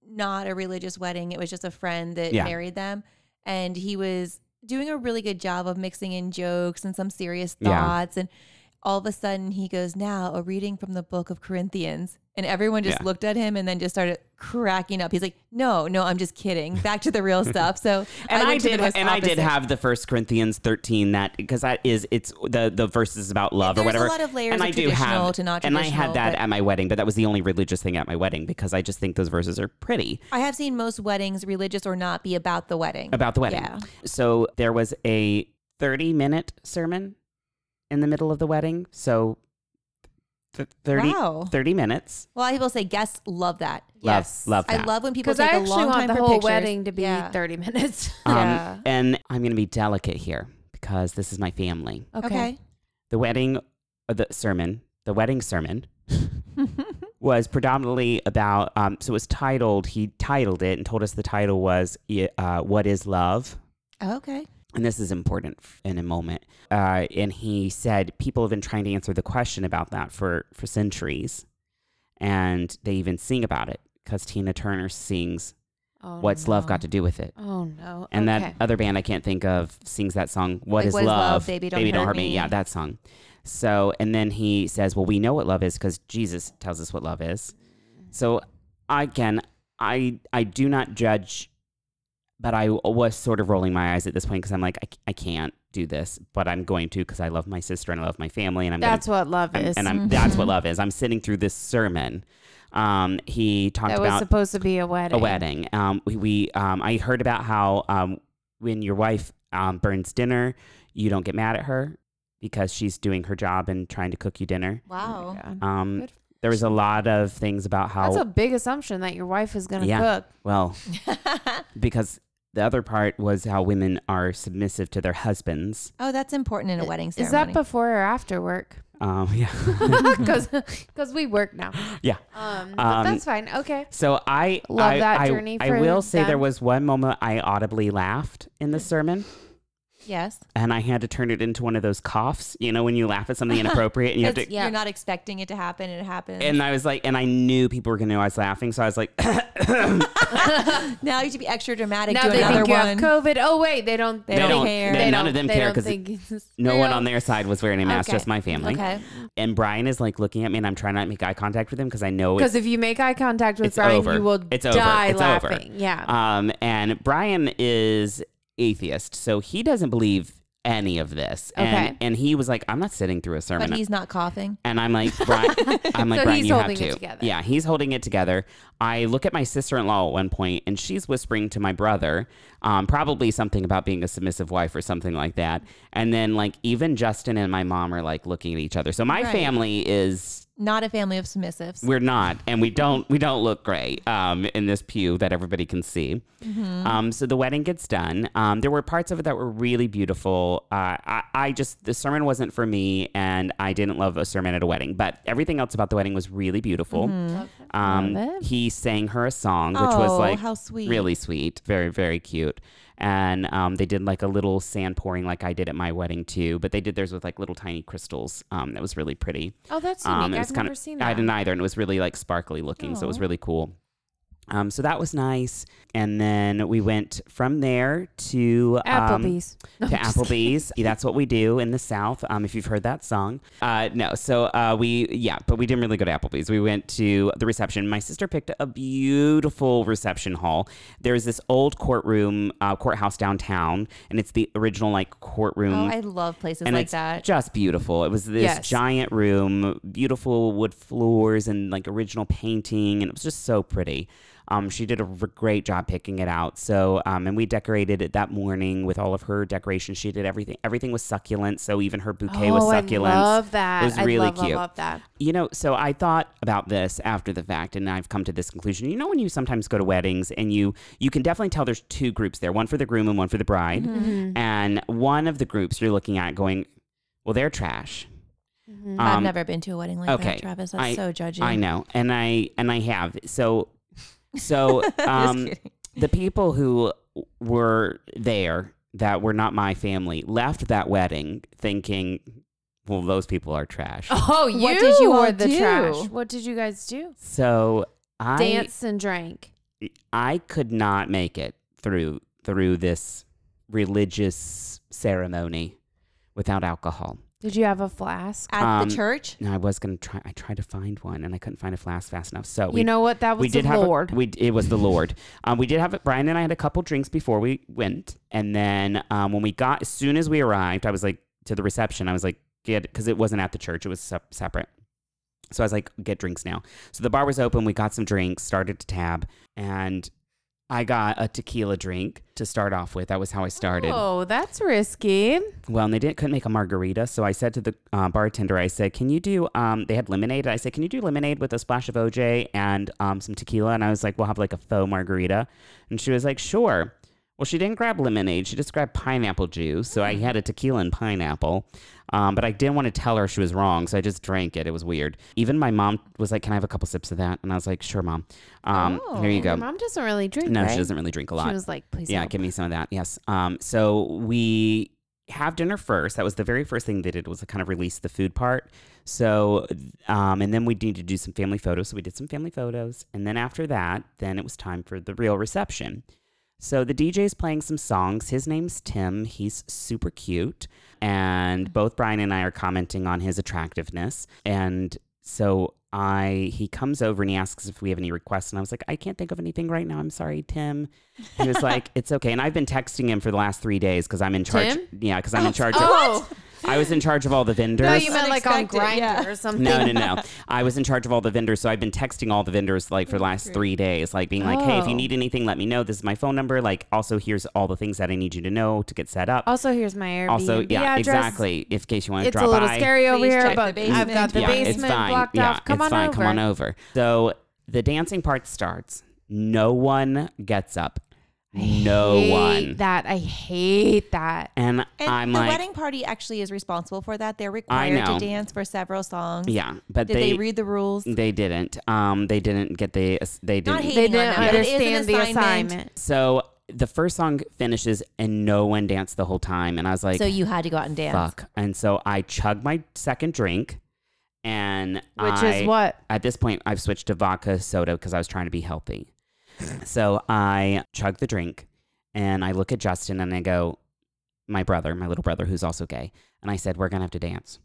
not a religious wedding. It was just a friend that
Yeah.
married them, and he was doing a really good job of mixing in jokes and some serious
Yeah.
thoughts and. All of a sudden, he goes, Now, a reading from the book of Corinthians. And everyone just
Yeah.
looked at him and then just started cracking up. He's like, No, no, I'm just kidding. Back to the real stuff. So,
and I,
went to the
did,
most
and I did
opposite.
have the First Corinthians thirteen that because that is it's the the verses about love or
There's a
whatever.
lot of layers
and
of
I do
traditional
have,
to not
and I had
traditional,
that
but-
at my wedding, but that was the only religious thing at my wedding because I just think those verses are pretty.
I have seen most weddings, religious or not, be about the wedding.
about the wedding.
Yeah.
So there was a 30 minute sermon in the middle of the wedding. So th- 30,
Wow.
30 minutes.
Well, I will say guests love that.
Love,
Yes.
love that.
I love when people
Because
take
I
a
actually
long
want
time
the
for
whole
pictures.
wedding to be
Yeah.
30 minutes.
Um,
Yeah.
And I'm going to be delicate here because this is my family.
Okay.
The wedding, uh, the sermon, the wedding sermon was predominantly about, um, so it was titled, he titled it and told us the title was y- uh, What is Love?
Oh, Okay.
and this is important f- in a moment. Uh, and he said people have been trying to answer the question about that for for centuries, and they even sing about it because Tina Turner sings
Oh,
"What's Love
no.
Got to Do with It,"
Oh no.
and
okay.
that other band I can't think of sings that song "What
Like,
Is
What Is
love?
Love? Baby Don't Hurt Me.
Yeah, that song. So, and then he says, "Well, we know what love is because Jesus tells us what love is." So, again, I I do not judge, but I was sort of rolling my eyes at this point because I'm like, I, c- I can't do this, but I'm going to because I love my sister and I love my family, and I'm
That's
gonna,
what love
I'm-
is.
and I'm that's what love is. I'm sitting through this sermon. Um, he talked
that was
about
supposed to be a wedding.
a wedding. Um, we, we um, I heard about how um, when your wife um, burns dinner, you don't get mad at her because she's doing her job and trying to cook you dinner.
Wow.
God.
Um,
Mm-hmm. Good.
there was a lot of things about how
That's a big assumption that your wife is going to
Yeah.
cook.
well because the other part was how women are submissive to their husbands.
oh, that's important in a wedding
Is
ceremony.
that before or after work?
Um, yeah,
Because we work now.
yeah.
Um, but
Um,
that's fine. Okay.
So I
Love
I-
that
I-
journey
I
for
will say there
them.
was one moment I audibly laughed in the sermon.
Yes.
and I had to turn it into one of those coughs, you know, when you laugh at something inappropriate and you have
It's-
to.
You're not expecting it to happen. and It happens.
And I was like, and I knew people were gonna know I was laughing, so I was like,
now you have to be extra dramatic.
Now
do
they
another
think you
one.
have COVID. Oh wait, they don't.
They
they
don't
don't,
care.
they-
They
none of them
they
care
don't
because
think it's
no one
real.
on their side was wearing a mask,
Okay.
just my family.
Okay.
And Brian is like looking at me, and I'm trying not to make eye contact with him because I know it's
Because if you make eye contact with
It's
Brian,
over.
you will
It's over.
die
It's over.
laughing. Yeah.
Um, and Brian is atheist, so he doesn't believe any of this. And,
Okay.
and he was like, I'm not sitting through a sermon.
But he's not coughing.
and I'm like, Brian, I'm like,
So
Brian,
he's
you have
holding it
to.
together.
Yeah, he's holding it together. I look at my sister in law at one point, and she's whispering to my brother, um, probably something about being a submissive wife or something like that. And then, like, even Justin and my mom are like looking at each other. So my
Right.
family is
Not a family of submissives.
we're not, and we don't we don't look great um, in this pew that everybody can see.
Mm-hmm.
Um, so the wedding gets done. Um, there were parts of it that were really beautiful. Uh, I, I just the sermon wasn't for me, and I didn't love a sermon at a wedding. But everything else about the wedding was really beautiful.
Love
Um,
it.
he sang her a song, which was
Mm-hmm. Oh,
like
how sweet.
really sweet, very very cute. And um, they did like a little sand pouring, like I did at my wedding too. But they did theirs with like little tiny crystals. Um, that was really pretty.
oh, that's unique.
Um, it was
I've
kind
never
of
seen that.
I didn't either, and it was really like sparkly looking, so it was
Aw.
really cool. Um, so that was nice, and then we went from there to um,
Applebee's. No,
to
I'm just kidding.
Applebee's. That's what we do in the South. Um, if you've heard that song, uh, no. So uh, we, yeah, but we didn't really go to Applebee's. We went to the reception. My sister picked a beautiful reception hall. There's this old courtroom, uh, courthouse downtown, and it's the original like courtroom
Oh, I love places
and
like
it's
that.
just beautiful. It was this
Yes.
giant room, beautiful wood floors and like original painting, and it was just so pretty. Um, she did a r- great job picking it out. So, um, and we decorated it that morning with all of her decorations. She did everything. Everything was succulent. So even her bouquet was
Oh,
succulent.
I love that.
It was
I
really
love, love,
cute.
love that.
You know, so I thought about this after the fact, and I've come to this conclusion. You know, when you sometimes go to weddings, and you you can definitely tell there's two groups there, one for the groom and one for the bride,
Mm-hmm.
Mm-hmm.
and one of the groups you're looking at going, well, they're trash.
I've
Mm-hmm.
Um,
never been to a wedding like
okay.
that, Travis. That's
I-
so judgy.
I know, and I and I have so so um,
kidding.
the people who were there that were not my family left that wedding thinking, well, those people are trash.
Oh, you
What did you
were
all
the
do?
trash. What did you guys do?
So I
Dance and drank.
I could not make it through through this religious ceremony without alcohol.
Did you have a flask?
At
um,
the church?
And I was gonna try. I tried to find one, and I couldn't find a flask fast enough. So Uh, we
you know what? That was
we did
the
have a-
Lord.
we it was the Lord. Um, we did have Brian and I had a couple drinks before we went, and then um, when we got as soon as we arrived, I was like to the reception. I was like get because it wasn't at the church; it was sep- separate. So I was like get drinks now. So the bar was open. We got some drinks, started to tab, and I got a tequila drink to start off with. That was how I started.
oh, that's risky.
Well, and they didn't couldn't make a margarita, so I said to the uh, bartender, I said, "Can you do?" Um, they had lemonade. I said, "Can you do lemonade with a splash of OJ and um, some tequila?" And I was like, "We'll have like a faux margarita," and she was like, "Sure." Well, she didn't grab lemonade. She just grabbed pineapple juice. So
Mm.
I had a tequila and pineapple, um, but I didn't want to tell her she was wrong, so I just drank it. It was weird. Even my mom was like, "Can I have a couple sips of that?" And I was like, "Sure, mom." Um, here you
And Oh, Your
go.
mom doesn't really drink.
No, she
right?
doesn't really drink a lot.
She was like, please.
Yeah,
help.
give me some of that. Yes. Um, so we have dinner first. That was the very first thing they did was to kind of release the food part. So, um, and then we needed to do some family photos. So we did some family photos, and then after that, then it was time for the real reception. So the DJ is playing some songs. His name's Tim. He's super cute,
Mm.
and both Brian and I are commenting on his attractiveness. And so I, he comes over and he asks if we have any requests, and I was like, I can't think of anything right now. I'm sorry, Tim. He was like, It's okay. And I've been texting him for the last three days because I'm in charge.
Tim?
Yeah, because I'm in charge. Of,
Oh,
I was in charge of all the vendors.
no, you meant like on Grinder
Unexpected, yeah.
or something.
No, no, no. I was in charge of all the vendors, so I've been texting all the vendors like for the last three days, like being like, "Hey, if you
Oh.
need anything, let me know. This is my phone number. Like, also here's all the things that I need you to know to get set up.
Also, here's my Airbnb
also, yeah,
Oh, address.
exactly. If in case you want to
It's
drop
a little
by,
scary over
Please
here,
check the
but I've got the
basement.
yeah, it's
basement
fine.
blocked
yeah,
off. Come
it's
on
fine.
over.
Come on over. So the dancing part starts. No one gets up. No
hate
one.
That I hate that.
And,
And
I'm
the
like,
wedding party actually is responsible for that. They're required
know.
to dance for several songs.
yeah, but
Did they, read the rules?
They didn't. Um, they didn't get the. They didn't.
hating
They
on
didn't
that. It is an
understand the
assignment.
assignment.
So the first song finishes and no one danced the whole time. And I was like,
so you had to go out and dance.
fuck. And so I chugged my second drink. And
Which
I,
is what?
at this point, I've switched to vodka soda because I was trying to be healthy. so I chug the drink and I look at Justin and I go, my brother, my little brother, who's also gay. And I said, we're going to have to dance.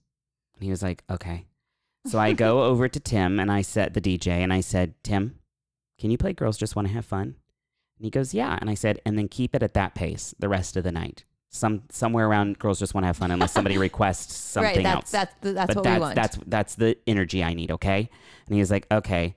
And he was like, okay. So I go over to Tim and I said, the DJ, and I said, Tim, can you play Girls Just Want to Have Fun? And he goes, yeah. And I said, and then keep it at that pace the rest of the night. Some somewhere around girls just want to have fun unless somebody requests something
right. That's
else
that's the- that's
but
what
that's
we want.
that's that's the energy I need. Okay, and he was like, okay.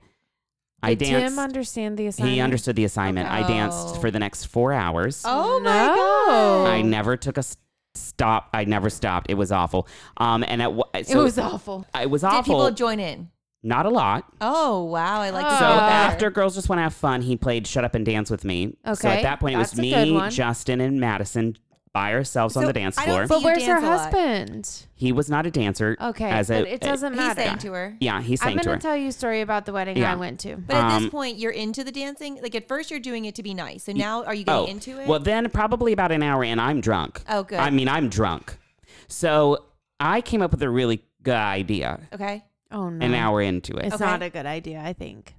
I
Did
danced.
Tim understand the assignment?
he understood the assignment. I danced
Oh.
for the next four hours.
oh my
No.
god!
Oh.
I never took a s- stop. I never stopped. It was awful. Um, and at wa-
It
so
was awful.
it was
Did
awful.
people join in?
Not a lot.
Oh wow! I like to
So
So
hear that.
after girls just want to have fun, he played "Shut Up and Dance with Me." so
Okay,
at that point, it was
that's a good
me,
one.
Justin, and Madison by ourselves on
So
the dance
I don't think-
floor.
But
you
where's her
dance a lot.
husband?
he was not a dancer.
Okay,
as a,
but it doesn't
he
matter.
sang to her.
yeah, he
I'm
sang to
gonna
her.
tell you a story about the wedding
Yeah.
I went to.
But at
Um,
this point, you're into the dancing. Like at first, you're doing it to be nice. So now, are you getting into it?
Oh, Well, then probably about an hour in, I'm drunk.
Oh, good.
I mean, I'm drunk. So I came up with a really good idea
okay.
Oh no,
Uh-huh.
an hour into it.
It's
Okay.
not a good idea. I think.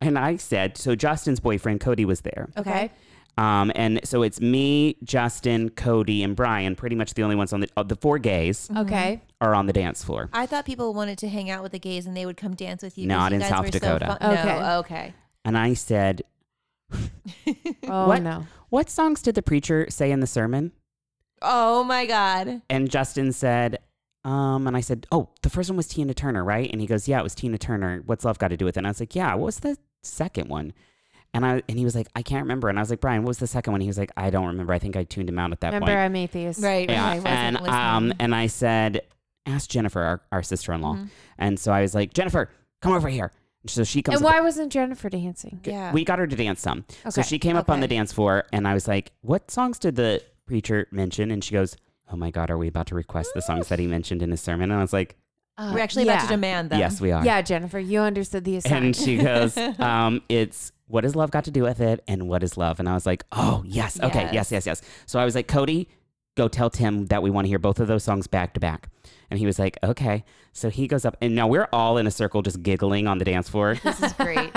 And I said, so Justin's boyfriend, Cody, was there.
Okay.
Um, and so it's me, Justin, Cody, and Brian, pretty much the only ones on the, of the four gays
Okay.
are on the dance floor.
Mm-hmm. I thought people wanted to hang out with the gays and they would come dance with you. 'cause
Not
you
in
guys
South
were
Dakota.
So fun-
Okay.
No. Okay.
And I said,
Oh
What?
no.
what songs did the preacher say in the sermon?
Oh my god.
And Justin said, um, and I said, oh, the first one was Tina Turner, right? And he goes, yeah, it was Tina Turner. What's love got to do with it? And I was like, yeah, what was the second one? And I and he was like, I can't remember. And I was like, Brian, what was the second one? He was like, I don't remember. I think I tuned him out at that
Remember,
point.
I'm atheist.
Right.
yeah.
Right. I wasn't
and
listening.
um, and I said, ask Jennifer, our, our sister in law.
Mhm.
And so I was like, Jennifer, come over here. And so she comes.
And
up-
why wasn't Jennifer dancing?
Yeah.
We got her to dance some. So
Okay.
she came up on the
Okay.
dance floor, and I was like, "What songs did the preacher mention?" And she goes, "Oh my God, are we about to request the songs that he mentioned in his sermon?" And I was like,
Uh,
We're actually
yeah.
about to demand them.
"Yes, we are."
Yeah, Jennifer, you understood the
And
assignment.
she goes, um, "It's what has love got to do with it, and what is love?" And I was like, "Oh yes, okay, yes, yes, yes." So I was like, "Cody, go tell Tim that we want to hear both of those songs back to back." And he was like, "Okay." So he goes up, and now we're all in a circle just giggling on the dance floor,
This is great.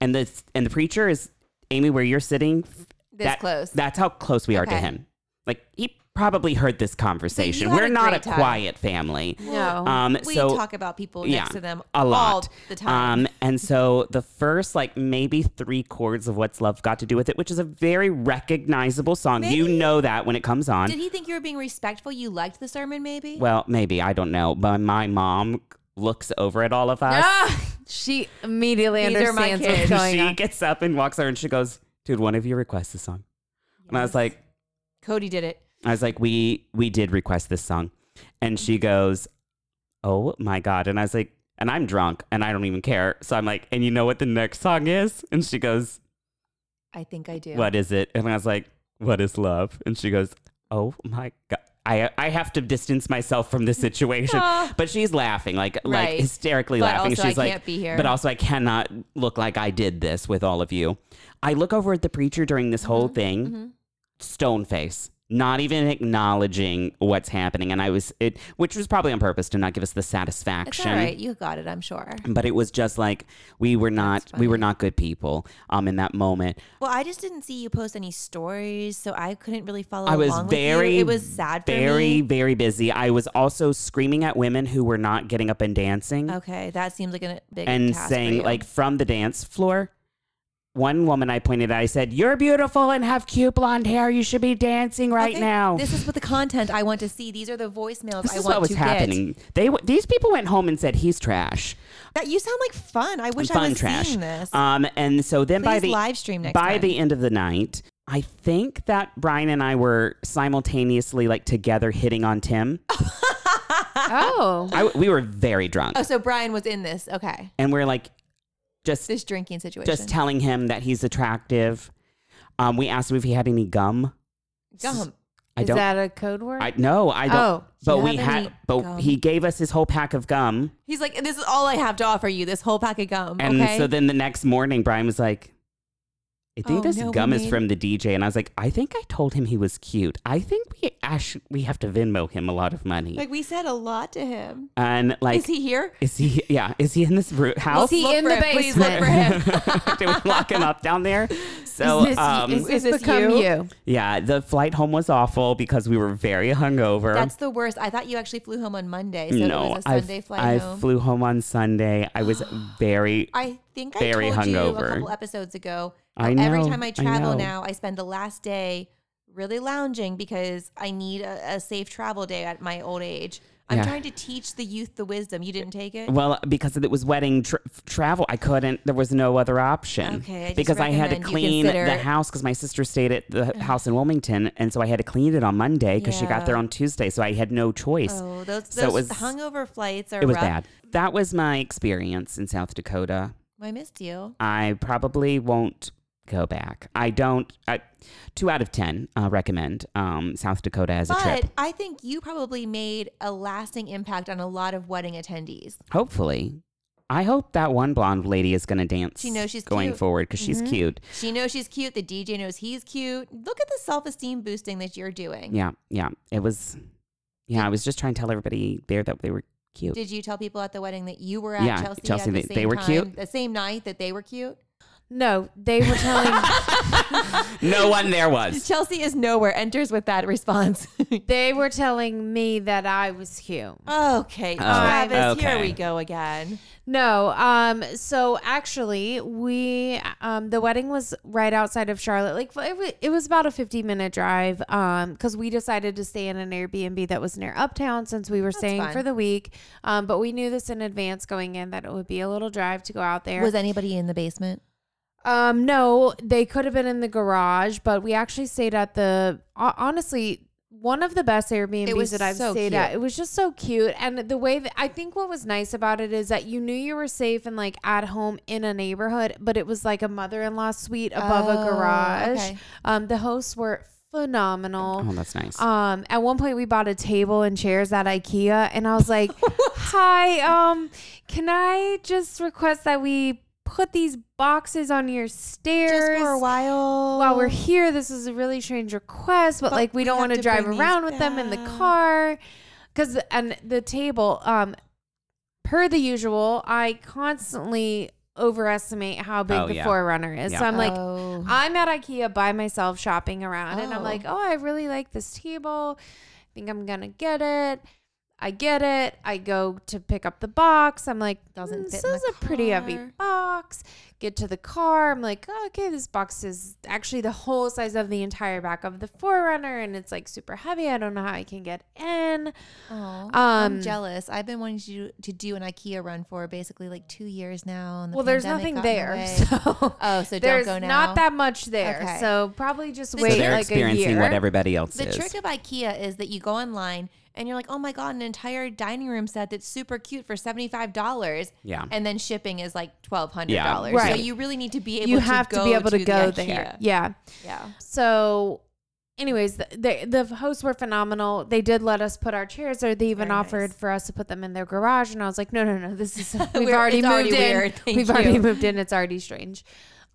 and the and the preacher is Amy, where you're sitting,
This
That-
close.
That's how close we are to
Okay.
him. Like he probably heard this conversation.
had
We're
a
not a
great time.
quiet family.
no.
Um,
we
so
talk about people
yeah,
next to them
a lot.
all the time.
Um, and so the first like maybe three chords of "What's Love Got to Do with It," which is a very recognizable song. You
Maybe-
know that when it comes on.
Did he think you were being respectful? You liked the sermon, maybe?
Um, well, maybe I don't know, but my mom looks over at all of us.
Ah, she immediately
These are my
understands
kids.
what's
And
going
she
on.
gets up and walks over and she goes, "Dude, one of you requests this song," and I was like.
Cody did it.
I was like, we we did request this song, and she goes, oh my god, and I was like, and I'm drunk and I don't even care, so I'm like, and you know what the next song is? And she goes,
I think I do.
what is it? And I was like, what is love? And she goes, oh my god. I, I have to distance myself from this situation,
Ah.
but she's laughing like like
Right.
hysterically
But
laughing.
also,
she's
I
like,
can't be here.
but also I cannot look like I did this with all of you. I look over at the preacher during this
Mm-hmm.
whole thing, stone face not even acknowledging what's happening and i was it which was probably on purpose to not give us the
It's
satisfaction
all right. You got it, I'm sure.
but it was just like we were not we were not good people um in that moment
Well, I just didn't see you post any stories, so I couldn't really follow
i was
along with
very
you. It was sad for
very
me.
very busy i was also screaming at women who were not getting up and dancing
Okay, that seems like a big
and
task for
saying
you.
like from the dance floor one woman i pointed at i said you're beautiful and have cute blonde hair you should be dancing right
Okay,
now
This is what the content I want to see. These are the voicemails
This
I
is
want
what was
to get.
happening. They w- these people went home and said he's trash.
That you sound like fun. I wish I
fun
was
trash.
seeing this.
Um, and so then by
Please
the
live stream next
by
time.
the end of the night, I think that Brian and I were simultaneously like together hitting on Tim.
oh,
I, we were very drunk,
oh, so Brian was in this. Okay,
and we're like just
this drinking situation.
just telling him that he's attractive. Um, we asked him if he had any gum.
Gum.
I
is
don't.
that a code word?
I no, I don't.
Oh,
but
you
we
have any
had. But
gum?
he gave us his whole pack of gum,
He's like, this is all I have to offer you. This whole pack of gum.
and
okay.
so then the next morning, Brian was like, I think
Oh,
this
no, we
gum is
need-
from the DJ. And I was like, I think I told him he was cute. I think we ash- we have to Venmo him a lot of money.
Like we said a lot to him.
and like,
Is he here?
is he- yeah, is he in this ru- house?
Is he
Look
in
for
the
him. Please look for
basement?
him.
Did we lock him up down there? So,
this,
um,
is
is
this
this
become
you?
you?
yeah, the flight home was awful because we were very hungover.
That's the worst. I thought you actually flew home on Monday, so it was a
I-
Sunday flight
I
home.
flew home on Sunday. I was very.
I think I
very
told you
hungover.
a couple episodes ago.
I
how every
know,
time
I
I travel
know.
now, I spend the last day really lounging because I need a, a safe travel day at my old age. I'm
Yeah.
trying to teach the youth the wisdom. You didn't take it.
Well, because it was wedding tr travel, I couldn't. There was no other option.
Okay, I just
because I had to
recommend you
clean the
consider- Uh-huh.
house because my sister stayed at the house in Wilmington, and so I had to clean it on Monday because she
Yeah.
got there on Tuesday. So I had no choice.
Oh, those,
So it
those
was-
hungover flights are
it was
rough.
bad. That was my experience in South Dakota.
I missed you.
I probably won't go back. I don't. I, two out of ten uh, recommend um, South Dakota as a
But
trip.
I think you probably made a lasting impact on a lot of wedding attendees.
Hopefully. I hope that one blonde lady is going to dance.
She knows she's
going
cute. Mm-hmm.
forward because she's cute.
She knows she's cute. The DJ knows he's cute. Look at the self esteem boosting that you're doing.
Yeah, yeah. It was. Yeah, I was just trying to tell everybody there that they were cute.
Did you tell people at the wedding that you were at
Yeah,
Chelsea,
Chelsea,
at the
they-
same
they were
time,
cute?
the same night that they were cute?
No, they were telling
no one there was.
Chelsea is nowhere. Enters with that response.
they were telling me that I was cute.
okay, Travis, here
Oh, okay.
we go again.
No, um, so actually, we um, the wedding was right outside of Charlotte. Like it was, it was about a fifty minute drive. Um, because we decided to stay in an Airbnb that was near Uptown since we were staying
fine.
for the week. Um, but we knew this in advance going in that it would be a little drive to go out there.
Was anybody in the basement?
Um, no, they could have been in the garage, but we actually stayed at the ho- honestly one of the best Airbnbs
It was
that I've
so
stayed
cute.
at. It was just so cute, and the way that I think what was nice about it is that you knew you were safe and like at home in a neighborhood, but it was like a mother-in-law suite above
Oh,
a garage.
okay.
Um, the hosts were phenomenal.
Oh, that's
Uh,
nice.
Um, at one point we bought a table and chairs at IKEA, and I was like, "Hi, um, can I just request that we put these boxes on your stairs
Just for a while.
while we're here? This is a really strange request, but,
But
like we,
we
don't
have
want to
to
drive
bring these
around with them in the
back."
car, because and the table, um, per the usual, I constantly overestimate how big
Oh,
the
yeah.
forerunner is. So
Yeah.
I'm like, uh,
Oh.
I'm at IKEA by myself shopping around and I'm
Oh.
like, oh, I really like this table. I think I'm going to get it. I get it. I go to pick up the box. I'm like,
Doesn't
"Mm,
fit
this
in the
is a pretty heavy
car."
box. Get to the car. I'm like, oh, okay, this box is actually the whole size of the entire back of the Forerunner and it's like super heavy. I don't know how I can get in.
Aw,
Um,
I'm jealous. I've been wanting to to do an IKEA run for basically like two years now. And the
well, there's
pandemic got
nothing
in the
there.
way.
So.
Oh, so don't
There's
go now.
not that much there,
Okay.
so probably
So
just wait
so they're
like a
experiencing
year.
what everybody else
The
is.
trick of IKEA is that you go online and you're like, oh my god, an entire dining room set that's super cute for seventy five dollars.
Yeah.
and then shipping is like twelve hundred dollars.
Yeah,
right.
So you really need to be able.
you
to
have to
go
be able to
the
go
IKEA.
there. Yeah.
yeah.
So, anyways, the, the the hosts were phenomenal. They did let us put our chairs, or they
Very
even
nice.
offered for us to put them in their garage. And I was like, no, no, no, this is we've
We're-
already
it's
moved
already
in.
weird. Thank
we've already
you.
moved in. It's already strange.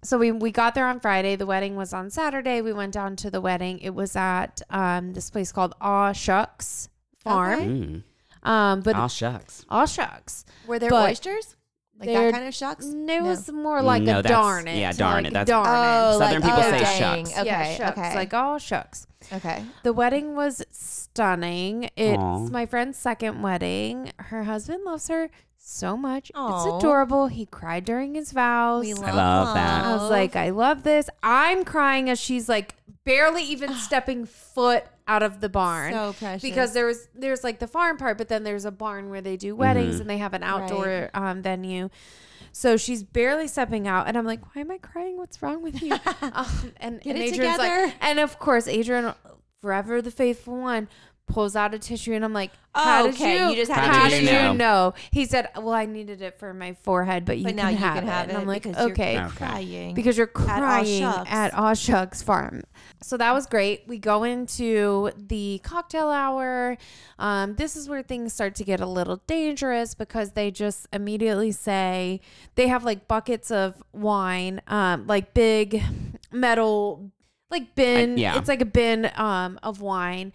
So we we got there on Friday. The wedding was on Saturday. We went down to the wedding. It was at um, this place called Aw Shucks Farm.
Okay.
Mm.
Um, but
Aw, shucks.
Aw Shucks.
Were there
But
oysters? Like
they're- Mm,
that kind of shucks?
It was more like
No,
a
that's-
darn it.
yeah, darn
like
it. That's-
darn it.
Oh,
Southern
like,
people
oh,
say
dang.
shucks.
Okay,
yeah, shucks.
okay,
Like all shucks.
okay.
The wedding was stunning. It's
Aw.
my friend's second wedding. Her husband loves her so much.
Aw.
It's adorable. He cried during his vows.
We
love that.
Oh.
I was like, I love this. I'm crying as she's like barely even stepping foot out of the barn.
so precious
because there was there's like the farm part, but then there's a barn where they do weddings and they have an outdoor um, venue. So she's barely stepping out, and I'm like, "Why am I crying? What's wrong with you?" um, and
Get
and
it
Adrian's
together.
like, and of course, Adrian, forever the faithful one, pulls out a tissue, and I'm like, "How
Oh, Okay,
did you?
you just
had
how
to
did
do
you
that.
know? He said, "Well, I needed it for my forehead, but you,
But
can,
now you
have
can
it.
have
And I'm
it
like,
because you're-
"Okay,
Okay.
crying.
because you're
Aw
crying
Shucks.
at Aw Shucks Farm. So that was great. We go into the cocktail hour. Um, this is where things start to get a little dangerous because they just immediately say they have like buckets of wine, um, like big metal like bin.
I- yeah.
It's like a bin um of wine.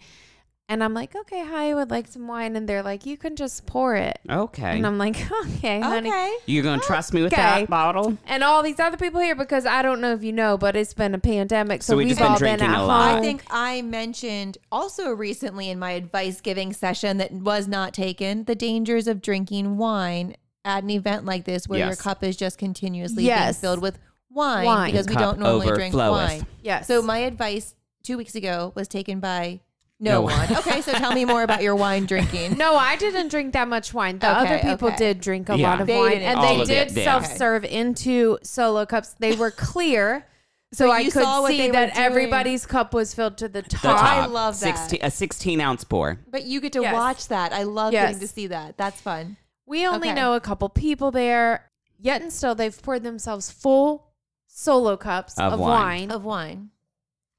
And I'm like, okay, hi, I would like some wine. And they're like, you can just pour it.
Okay.
And I'm like, okay, honey.
Okay.
You're going to trust me with
Okay.
that bottle?
And all these other people here because I don't know if you know, but it's been a pandemic, so,
So we've
we've,
just been
all been
drinking
at
a lot.
home.
I think I mentioned also recently in my advice giving session that was not taken the dangers of drinking wine at an event like this where your
Yes.
cup is just continuously
Yes.
being filled with wine,
Wine.
because we
Cup
don't normally drink
overfloweth.
wine.
Yes.
So my advice two weeks ago was taken by no,
No.
one. okay, so tell me more about your wine drinking.
No, I didn't drink that much wine. The
Okay,
other people
okay.
did drink a
Yeah.
lot of
They
wine,
didn't.
and
All
they
of it,
did
yeah.
self-serve into solo cups. They were clear, so, I
you
could
saw what they
see
were
that
doing.
everybody's cup was filled to the
The
top.
I
top.
love that.
16 a 16 ounce pour.
But you get to
Yes.
watch that. I love
Yes.
getting to see that. That's fun.
We only
Okay.
know a couple people there. Yet and still, they've poured themselves full solo cups of,
Of
wine,
wine.
Of wine.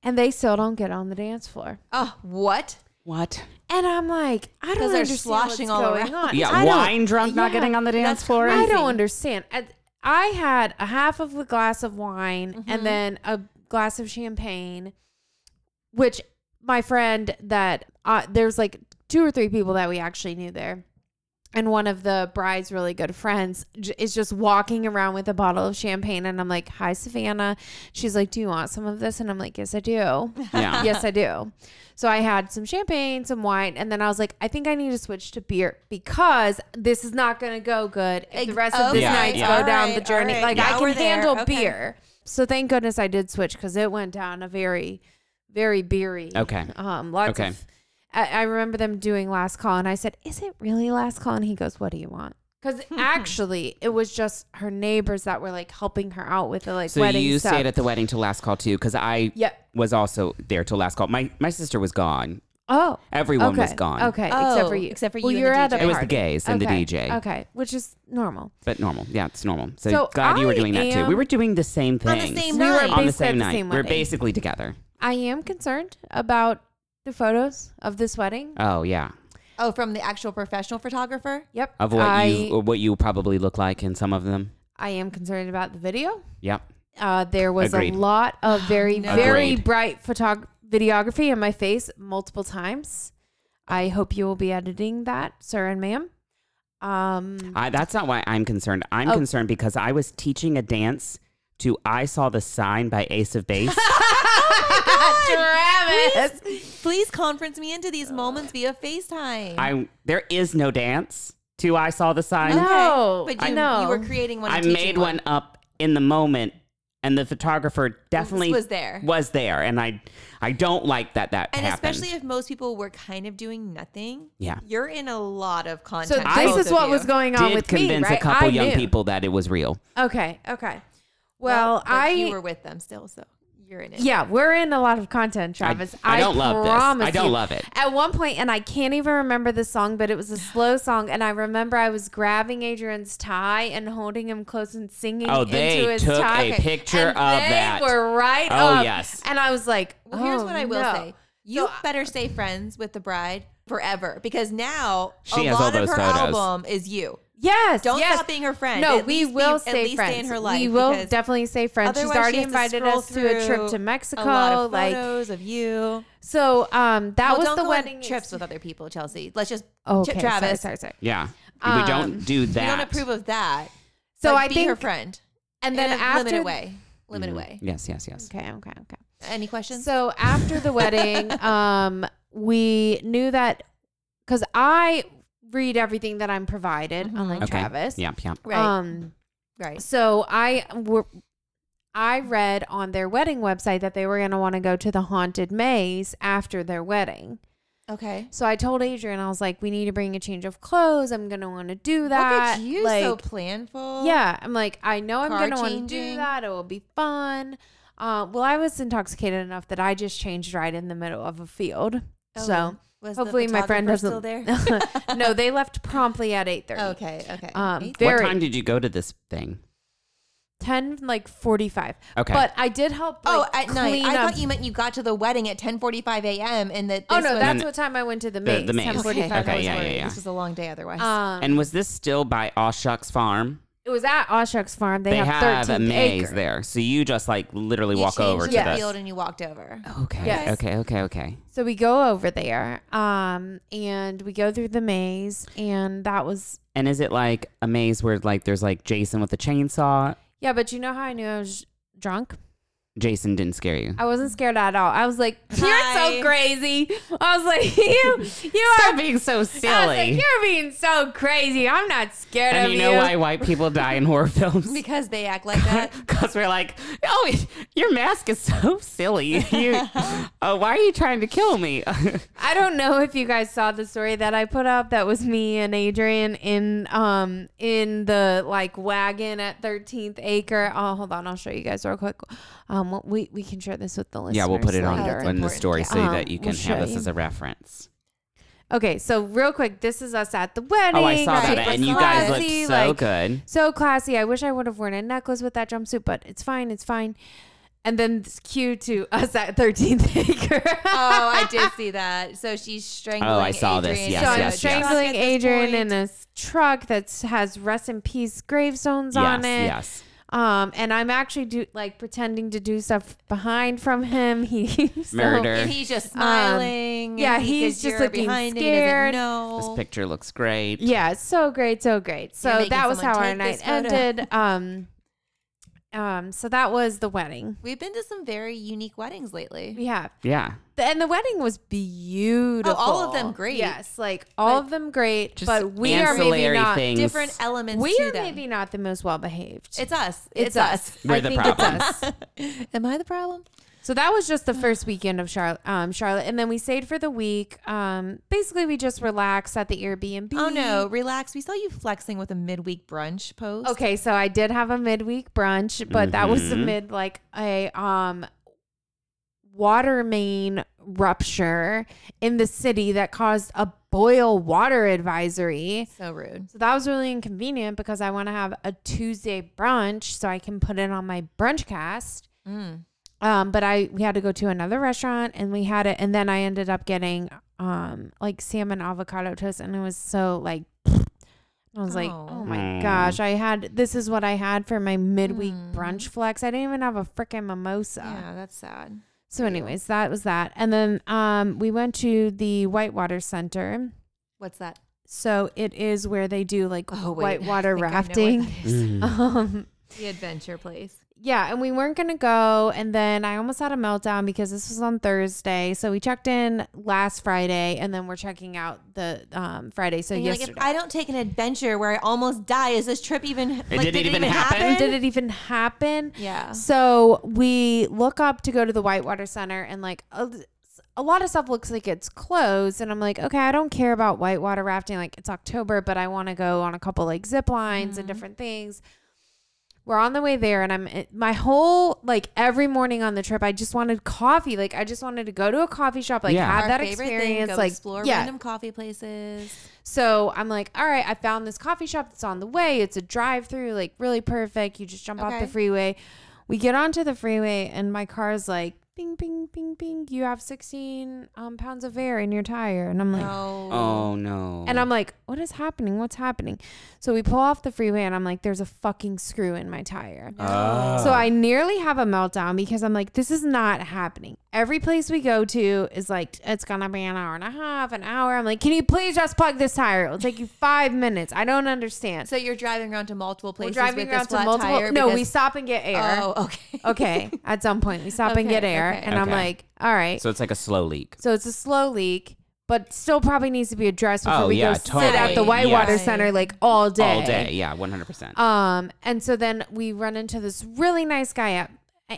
and they still don't get on the dance floor.
Oh, what?
What?
And I'm like, I don't
'Cause they're
understand what's
sloshing all
going
around.
on.
Yeah,
I don't-
wine drunk, not
yeah.
getting on the dance
That's
floor.
I
Crazy.
don't understand. I, I had a half of a glass of wine and then a glass of champagne, which my friend that uh, there's like two or three people that we actually knew there. And one of the bride's really good friends j- is just walking around with a bottle of champagne. And I'm like, Hi, Savannah. She's like, Do you want some of this? And I'm like, Yes, I do.
Yeah.
yes, I do. So I had some champagne, some wine, and then I was like, I think I need to switch to beer because this is not going to go good if the
Ex-
rest of this
okay,
night
yeah.
go down
alright,
the journey.
alright.
Like
Now
I
we're
can
there,
handle
okay.
beer. So thank goodness I did switch because it went down a very, very beery.
Okay.
Um, lots
Okay.
of. I, I remember them doing last call, and I said, "Is it really last call?" And he goes, "What do you want?" Because actually, it was just her neighbors that were like helping her out with the like
So
wedding
you
stuff.
stayed at the wedding till last call too, because I
Yep.
was also there till last call. My my sister was gone.
oh,
Everyone was gone.
Okay, except
Oh,
for you.
except for
Well,
you and
you're
the
at a
DJ.
It was the
party.
gays and the
Okay,
DJ.
Okay, which is normal.
But normal. Yeah, it's normal. So,
So
glad you were
I
doing that too.
am-
We were doing the same
On
thing.
the same
We were
night.
On the
Basically at
same
the
night.
same
we're
wedding.
basically together.
I am concerned about the photos of this wedding.
Oh yeah.
oh, from the actual professional photographer?
Yep.
Of what
I,
you what you probably look like in some of them.
I am concerned about the video.
Yep.
Uh, there was
Agreed.
a lot of very,
No.
very
Agreed.
bright photog- videography in my face multiple times. I hope you will be editing that, sir and ma'am. Um,
I, that's not why I'm concerned. I'm
Oh.
concerned because I was teaching a dance to "I Saw the Sign" by Ace of Base.
Travis.
Please conference me into these moments via FaceTime.
I there is no dance to "I Saw the Sign."
No. Oh,
but
I
you,
know.
you were creating one.
I
and teaching
made one up in the moment, and the photographer definitely
was there.
Was there, and I I don't like that that
and
happened.
especially if most people were kind of doing nothing.
Yeah.
you're in a lot of
So
content.
I-
this is what was going on
did
with me,
convince
right?
a couple
I
young
knew.
people that it was real.
Okay. Okay. Well, I
you were with them still, so you're in it.
Yeah, we're in a lot of content, Travis.
I don't love this.
promise
I don't
you.
love it.
At one point, and I can't even remember the song, but it was a slow song, and I remember I was grabbing Adrian's tie and holding him close and singing.
Oh, they
into his
took a
tie.
picture
And
of
they
that.
were right
Oh,
up.
yes.
and I was like,
Well, here's
oh,
what I will
no.
say: you better stay friends with the bride forever because now
She
a
has all
lot of
those
her
photos.
album is you.
Yes,
Don't
yes.
stop being her friend.
No,
At
we
least be-
will
at
stay
least
friends.
stay in her life
we will
because
definitely stay friends. She's
Otherwise, she
already
has to
invited
scroll
us to a trip
through
to Mexico.
A lot of
like
photos of you.
so, um, that
Well,
was
don't
the
go
wedding
on trips with other people, Chelsea. Let's just
Oh,
Ch-
okay,
Travis.
Sorry, sorry, sorry.
Yeah,
Um,
we don't do that.
We don't approve of that.
So
But
I
be
think
her friend,
And then
in a
after
limited way, limited
Mhm.
way.
Yes, yes, yes.
Okay, okay, okay.
Any questions?
So after the wedding, um, we knew that because I read everything that I'm provided, unlike
Okay.
Travis.
Yeah, yeah.
Mm-hmm. right,
Um.
right.
So I were, I read on their wedding website that they were gonna want to go to the haunted maze after their wedding.
Okay.
So I told Adrian, I was like, we need to bring a change of clothes. I'm gonna want to do that.
Look at you,
like,
so planful.
Yeah, I'm like, I know I'm
Car
gonna want to do
changing.
that. It will be fun. Uh, well, I was intoxicated enough that I just changed right in the middle of a field.
Oh,
so
was the
hopefully, my friend doesn't.
photographer still there.
no, they left promptly at eight thirty.
okay, okay.
Um,
Eight-
Very
What time did you go to this thing?
ten like forty five.
Okay.
but I did help.
oh,
like,
at night.
clean
I
up.
thought you meant you got to the wedding at 10:45 a.m. and that. This
Oh no,
was,
that's
No,
what time I went to the
The-
maze.
the maze.
Ten forty
okay.
five.
I
Okay,
was
yeah, yeah,
worried.
yeah.
This was a long day otherwise.
Um,
and was this still by All Shucks Farm?
It was at Oshucks Farm. They,
They
have,
have, a
13
maze
acres.
there, so you just like literally
You
walk
changed
over
the
to
Yes.
this.
field and you walked over. Oh,
Okay,
Yes.
okay, okay, okay.
So we go over there, um, and we go through the maze, and that was
And is it like a maze where like there's like Jason with a chainsaw?
yeah. But you know how I knew I was drunk?
Jason didn't scare you.
I wasn't scared at all. I was like, "You're
Hi.
so crazy." I was like, "You, you are."
Stop being so
I was like,
silly.
"You're being so crazy. I'm not scared
and
of
you
you."
know why white people die in horror films?
Because they act like that.
Because we're like, oh, your mask is so silly. You, uh, why are you trying to kill me?
I don't know if you guys saw the story that I put up. That was me and Adrian in um in the like wagon at 13th Acre. Oh, hold on, I'll show you guys real quick. Um, we we can share this with the listeners.
yeah, we'll put it on
later.
the, on the
important.
story so
Um,
that you can
we'll show
have this
you.
as a reference.
Okay, so real quick, this is us at the wedding.
Oh, I saw
right,
that,
but
and you guys look
classy,
so
like,
good.
So classy. I wish I would have worn a necklace with that jumpsuit, but it's fine. It's fine. And then it's cue to us at 13th Acre.
oh, I did see that. So she's strangling.
Oh, I saw this.
Adrian.
Yes,
so
So
I'm
yes, yes.
strangling
At this
Adrian
point.
in this truck that has rest in peace gravestones on
Yes,
it.
yes.
Um, and I'm actually do like pretending to do stuff behind from him. He so-
Murder.
And he's just smiling.
Um, yeah,
and he-
he's
'cause
just
you're
looking
behind
scared.
Him, no.
This picture looks great.
Yeah, it's so great, so great. So
making
that was
someone
how our
take
night
this photo.
ended. Um, um, so that was the wedding.
We've been to some very unique weddings lately.
We have.
Yeah.
The- And the wedding was beautiful.
Oh, all of them great.
Yes, like all
But-
of them great.
Just
but we are maybe
ancillary
not.
things.
Different elements
We
to
are
them.
maybe not the most well behaved.
it's us. It's, us.
We're
I
the
think
problem.
It's us.
Am I the problem?
So that was just the first weekend of Charlotte. Um, Charlotte, and then we stayed for the week. Um, basically, we just relaxed at the Airbnb.
Oh no, relax. We saw you flexing with a midweek brunch post.
Okay, so I did have a midweek brunch, but that was
Mhm.
amid like a um water main rupture in the city that caused a boil water advisory.
So rude.
So that was really inconvenient because I want to have a Tuesday brunch so I can put it on my brunch cast.
Mm.
Um, but I we had to go to another restaurant and we had it, and then I ended up getting um like salmon avocado toast, and it was so like I was like,
Oh.
oh my
Mm.
gosh, I had this is what I had for my midweek
Mm.
brunch flex. I didn't even have a freaking mimosa.
Yeah, that's sad.
So, anyways, that was that, and then um we went to the Whitewater Center.
What's that?
So it is where they do like
Oh, wait.
whitewater
I think I know what
rafting.
that is.
Um,
the adventure place.
Yeah, and we weren't gonna go, and then I almost had a meltdown because this was on Thursday. So we checked in last Friday, and then we're checking out the um, Friday. So
And you're like, if
yesterday,
I don't take an adventure where I almost die, is this trip even? Like,
didn't
did it
even
even happen?
happen?
did it even happen?
Yeah.
So we look up to go to the Whitewater Center, and like a, a lot of stuff looks like it's closed. And I'm like, okay, I don't care about whitewater rafting. Like it's October, but I want to go on a couple like zip lines
Mm-hmm.
and different things. We're on the way there, and I'm my whole like every morning on the trip, I just wanted coffee. Like I just wanted to go to a coffee shop, like
Yeah.
have
Our
that
favorite
experience,
thing, go
like
explore
yeah.
random coffee places.
So I'm like, all right, I found this coffee shop that's on the way. It's a drive through, like really perfect. You just jump off
Okay.
the freeway. We get onto the freeway, and my car's like, bing, bing, bing, bing. You have 16 um, pounds of air in your tire. And I'm like,
No.
Oh no.
and I'm like, what is happening? What's happening? So we pull off the freeway, and I'm like, there's a fucking screw in my tire.
Oh.
Uh.
So I nearly have a meltdown because I'm like, this is not happening. Every place we go to is like, it's gonna be an hour and a half, an hour. I'm like, can you please just plug this tire? It'll take you five minutes. I don't understand.
So you're driving around to multiple
We're
places. with
driving
this
around to
flat
multiple.
Tire
No, we
because-
stop and get air.
Oh, okay.
Okay, at some point we stop and
Okay,
get air,
okay.
and I'm
Okay.
like, all right. So,
So it's like a slow leak.
it's a slow leak. But still, probably needs to be addressed before
Oh,
we
yeah,
go sit at the
totally.
Whitewater
Yes.
Center like all day.
All day. Yeah, 100%.
Um, and so then we run into this really nice guy at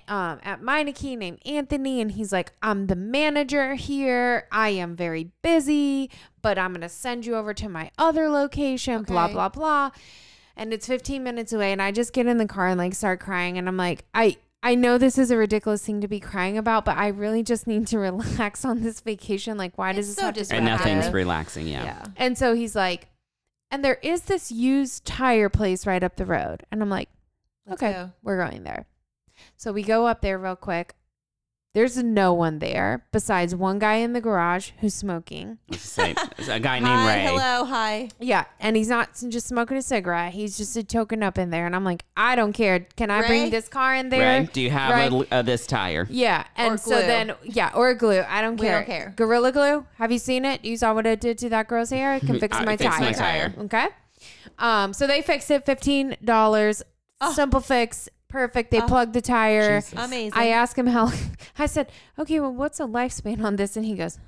um at Meineke named Anthony, and he's like, "I'm the manager here. I am very busy, but I'm gonna send you over to my other location." Blah
Okay.
blah blah. And it's 15 minutes away, and I just get in the car and like start crying, and I'm like, I. I know this is a ridiculous thing to be crying about, but I really just need to relax on this vacation. Like, why does
It's
this
so
have to be
and nothing's
Yeah.
relaxing. Yeah.
Yeah.
and so he's like, and there is this used tire place right up the road. And I'm like,
Let's
okay,
go.
we're going there. So we go up there real quick. There's no one there besides one guy in the garage who's smoking.
Say- a guy named
Hi,
Ray.
hello, hi.
Yeah, and he's not s- just smoking a cigarette. He's just a choking up in there, and I'm like, I don't care. Can I
Ray?
bring this car in there?
Ray, do you have
Ray?
a l- uh, this tire?
Yeah, and
Or
so
glue.
then yeah, or glue. I don't
We
care.
don't care.
Gorilla glue. Have you seen it? You saw what it did to that girl's hair. It can fix
Mm-hmm. I
my,
fixed
tire.
my tire.
Okay. Um. So they fixed it. Fifteen dollars.
Oh.
Simple fix. Perfect. They plugged the tire.
Jesus.
Amazing.
I asked him how. I said, "Okay, well, what's a lifespan on this?" And he goes,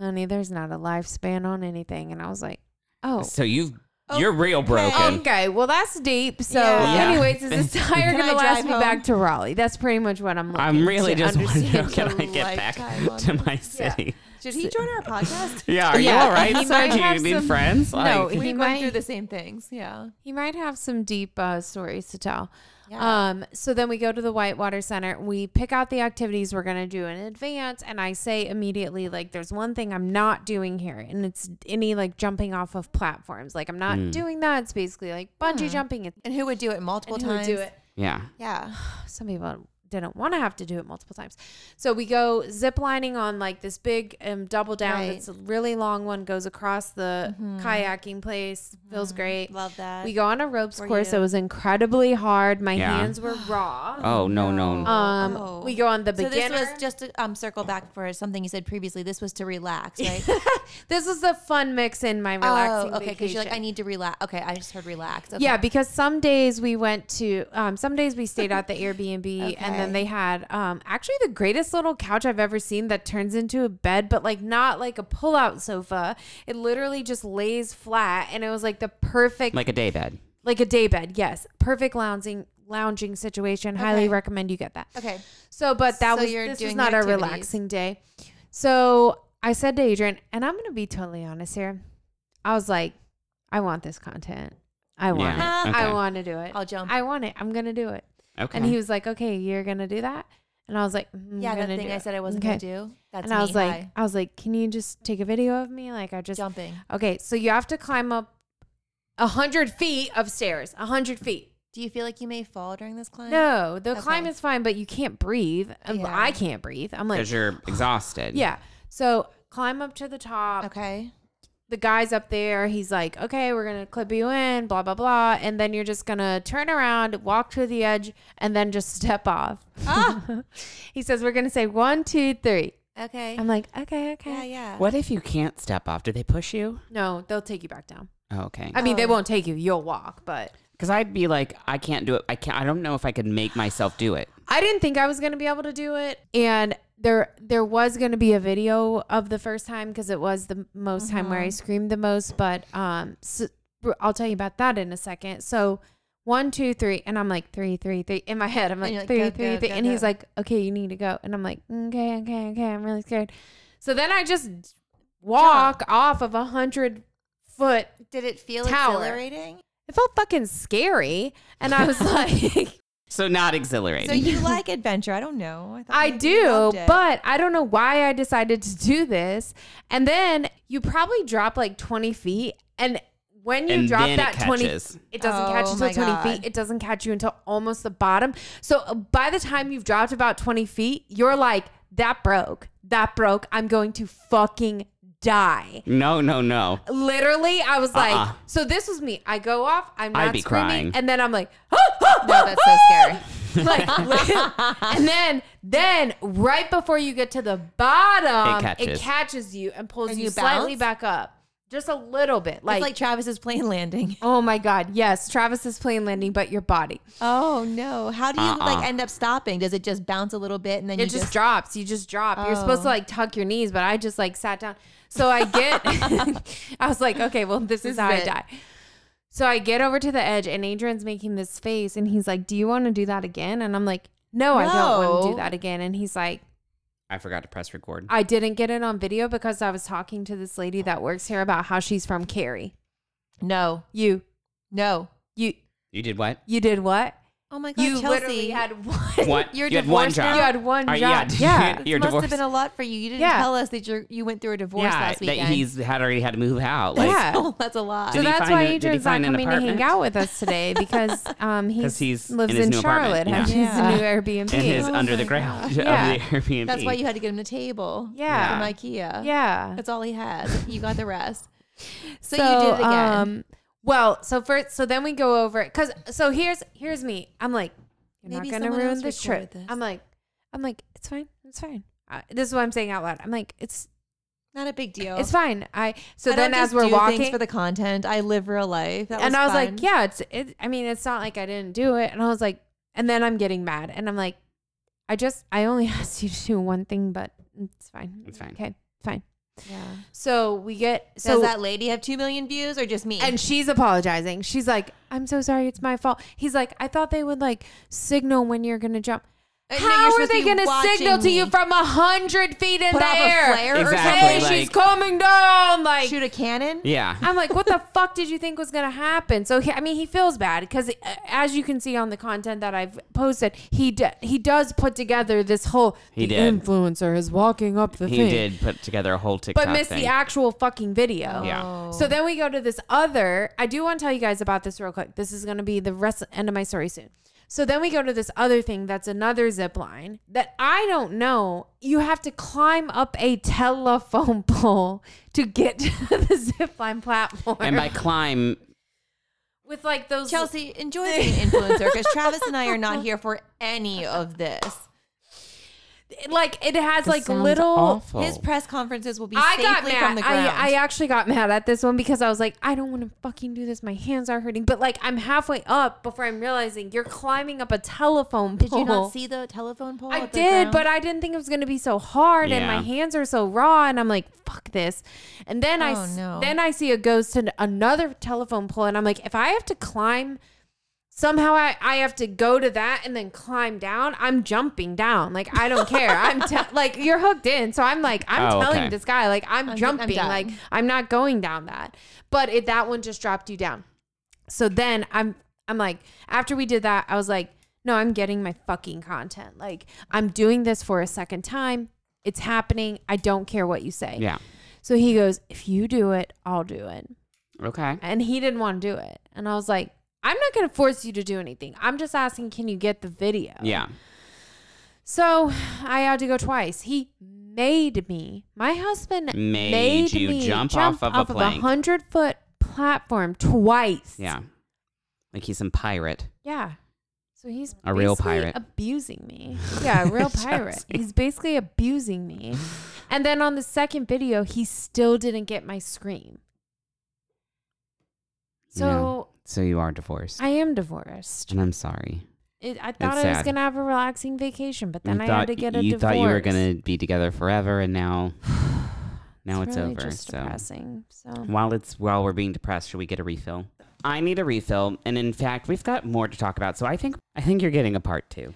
"Honey, there's not a lifespan on anything." And I was like, "Oh."
So you've you're real broken.
Okay, well that's deep. So,
Yeah.
Yeah.
anyways, is this tire
Can I
gonna last
drive
me
home?
back to Raleigh? That's pretty much what I'm. Looking
I'm really
to
just wondering,
understand.
can
the
I get back
lifetime on
to my city?
Should he join our podcast?
Yeah, are
Yeah,
you all right?
he
Sir?
might
Do you
have
need
some-
friends?
No,
Like-
he
We're going
might-
through the same things. Yeah.
He might have some deep uh, stories to tell.
Yeah.
Um, so then we go to the Whitewater Center. We pick out the activities we're going to do in advance. And I say immediately, like, there's one thing I'm not doing here. And it's any like jumping off of platforms. Like, I'm not
Hmm.
doing that. It's basically like bungee jumping. It's
And who would do it multiple
and who would
times?
do it.
yeah.
Yeah.
Some people didn't want to have to do it multiple times. So we go zip lining on like this big um, double down.
Right. Mm-hmm.
It's a really long one, goes across the kayaking place. Feels great.
Love that.
We go on a ropes
For
course.
you.
It was incredibly hard. My
Yeah.
hands were raw.
Oh no no. no.
Um,
Oh.
we go on the
So this
beginner.
was just to um, circle back for something you said previously. This was to relax, right?
Oh, this was the fun mix in my relaxing
oh, okay. Because you're like, I
vacation.
need to relax. Okay, I just heard relax. Okay.
yeah, because some days we went to, um, some days we stayed at the
Okay.
Airbnb, and then they had um, actually the greatest little couch I've ever seen that turns into a bed, but like not like a pull-out sofa. It literally just lays flat, and it was like the perfect
like a day bed.
like a day bed. Yes, perfect lounging lounging situation. Highly
Okay.
recommend you get that.
Okay.
So, but that
So
was
you're
this was
doing
not
the
a
activities.
relaxing day. So I said to Adrian, and I'm gonna be totally honest here. I was like, I want this content. I want
Yeah,
it. I
okay.
want to do it.
I'll jump.
I want it. I'm gonna do it.
Okay.
And he was like, Okay, you're gonna do that. And I was like, "Mm, I'm
yeah, that
gonna
thing
do
I
it."
said I wasn't
Okay.
gonna do. That's
And I
me.
was like,
Hi.
I was like, Can you just take a video of me? Like, I just
jumping.
okay. So you have to climb up a hundred feet of stairs. A hundred feet.
Do you feel like you may fall during this climb?
No, the climb
Mm. Okay.
is fine, but you can't breathe. Um,
Yeah.
I can't breathe. I'm like,
because you're exhausted.
yeah. So climb up to the top.
Okay.
The guy's up there. He's like, okay, we're going to clip you in, blah, blah, blah. And then you're just going to turn around, walk to the edge, and then just step off.
Ah.
he says, we're going to say one, two, three.
Okay.
I'm like, okay, okay.
yeah, yeah.
What if you can't step off? Do they push you?
No, they'll take you back down.
Oh, okay.
I mean, they
Oh.
won't take you. You'll walk, but
Because I'd be like, I can't do it. I can't. I don't know if I could make myself do it.
I didn't think I was gonna be able to do it, and there there was gonna be a video of the first time because it was the most time
Uh-huh.
where I screamed the most. But um, so, I'll tell you about that in a second. So one, two, three, and I'm like three, three, three in my head. I'm like,
you're like,
three, three,
go,
three,
go, go,
and he's
go.
like, okay, you need to go, and I'm like, okay, okay, okay, I'm really scared. So then I just walk off of a hundred foot
Did it feel
Tower.
exhilarating?
it felt fucking scary and i was like
So not
So
exhilarating.
you like adventure? I don't know. thought
I
maybe you
do,
loved it.
but I don't know why I decided to do this. And then you probably drop like 20 feet. And when you
And
drop
then it
that 20,
catches.
it doesn't
Oh
catch you until
my
20
God.
feet. It doesn't catch you until almost the bottom. So uh, by the time you've dropped about 20 feet, you're like, that broke. That broke. I'm going to fucking die.
no, no, no.
Literally, I was like,
Uh-uh.
so this was me. I go off. I'm not
I'd be
screaming,
crying.
and then I'm like, "Ah, ah,
no, that's so scary.
like, and then then right before you get to the bottom,
It catches.
catches you and pulls
And
you,
you
slightly
bounce?
back up, just a little bit. Like,
it's like Travis's plane landing.
oh my god, yes, Travis is plane landing, but your body
Oh no! How do you
Uh-uh.
like end up stopping? Does it just bounce a little bit and then
it
you
just,
just,
drops. You just drop. You're supposed to
Oh.
like tuck your knees, but I just like sat down. So I get, I was like, okay, well, this, is
is
how I
it.
die. So I get over to the edge, and Adrian's making this face, and he's like, "Do you want to do that again?" And I'm like, "No, I don't want to do
No.
that again." And he's like.
I forgot to press record.
I didn't get it on video because I was talking to this lady that works here about how she's from Cary.
no,
You,
no?
you,
you did what?
you did what?
Oh my God,
You
Chelsea.
literally had one.
One-
You're
you had one
divorced
job.
now?
You had one
Uh,
job.
yeah,
Yeah.
you-
this
you're
must
divorced.
have been a lot for you. You didn't
Yeah.
tell us that you you went through a divorce last
that
weekend.
he's had already had to move out. Like,
Yeah.
oh, that's a lot.
Did
so
he
that's
find
why
a- did he
Adrian's not
find an
coming to hang
apartment?
out with us today because um he
'Cause he's
lives
in his
in,
new
Charlotte and
apartment,
yeah.
he's
Yeah.
a new Airbnb.
in his
Oh
under the
my
ground
gosh.
of
Yeah.
the Airbnb.
That's why you had to get him a table.
Yeah.
From IKEA.
yeah.
Oh That's all he had. You got the rest. So,
So,
you did it again.
Um, well, so first, so then we go over because so here's here's me. I'm like, you're
Maybe
not gonna
someone
ruin
else
this
recorded
trip.
this.
I'm like, I'm like, it's fine, it's fine. I, this is what I'm saying out loud. I'm like, it's
Not a big deal.
it's fine. I so
I don't
then as
just
we're
do
walking,
things for the content, I live real life. That
and I was
fun.
like, yeah, it's. It, I mean, it's not like I didn't do it. And I was like, and then I'm getting mad, and I'm like, I just, I only asked you to do one thing, but it's fine.
It's fine.
Okay, fine.
yeah.
So we get so
Does that lady have two million views or just me?
and she's apologizing. She's like, I'm so sorry, it's my fault. He's like, I thought they would like signal when you're gonna jump.
Uh, no,
How
you're
are
supposed to
they
be
gonna
watching
signal to you
me.
from a hundred feet in
Put
the
off a
air?
flare or
Exactly,
Hey,
something?
like-
she's coming down. Like
shoot a cannon?
Yeah.
I'm like, what the fuck did you think was gonna happen? So he, I mean, he feels bad because, as you can see on the content that I've posted, he d- he does put together this whole
He
the
did.
influencer is walking up the
he
thing,
did put together a whole TikTok
but missed
thing.
the actual fucking video.
Yeah.
So then we go to this other. I do want to tell you guys about this real quick. This is going to be the rest end of my story soon. So then we go to this other thing that's another zip line that I don't know. You have to climb up a telephone pole to get to the zip line platform.
and by climb,
with like those
Chelsea, enjoy being an influencer because Travis and I are not here for any of this.
like it has like
sounds
little
awful.
His press conferences will be
I
safely
got
from
mad.
the ground.
I, I actually got mad at this one because I was like, I don't want to fucking do this. My hands are hurting. But like, I'm halfway up before I'm realizing you're climbing up a telephone
Did
pole.
you not see the telephone pole?
Oh. I
at the
did,
ground?
but I didn't think it was going to be so hard, and
Yeah.
my hands are so raw, and I'm like, "Fuck this!" And then I,
Oh,
s-
no.
then I see it goes to another telephone pole, and I'm like, "If I have to climb, somehow I, I have to go to that and then climb down. I'm jumping down. Like I don't care. I'm te- like you're hooked in, so I'm like, I'm
Oh,
telling
okay.
this guy, like I'm,
I'm ju- I'm
jumping,
done.
like I'm not going down that. But it, that one just dropped you down. So then I'm I'm like after we did that, I was like, no, I'm getting my fucking content. Like I'm doing this for a second time. It's happening. I don't care what you say.
yeah.
So he goes, if you do it, I'll do it.
Okay.
And he didn't want to do it. And I was like, I'm not going to force you to do anything. I'm just asking, can you get the video?
Yeah.
So I had to go twice. He made me. My husband
Made
made,
you
me
jump off of a plank.
hundred foot platform twice.
Yeah. Like he's some pirate.
Yeah. So he's
A real
basically
pirate.
abusing me. Yeah, a real pirate.
Chelsea.
He's basically abusing me. And then on the second video, he still didn't get my scream. So
So you are divorced.
I am divorced.
and I'm sorry.
It, I thought
It's
I was
sad.
gonna have a relaxing vacation, but then
you
I
thought,
had to get a
you
divorce.
thought you were going to be together forever, and now now it's,
really
over.
Just
so
depressing. So
while it's while we're being depressed, should we get a refill? I need a refill, and in fact, we've got more to talk about. So I think I think you're getting a part two.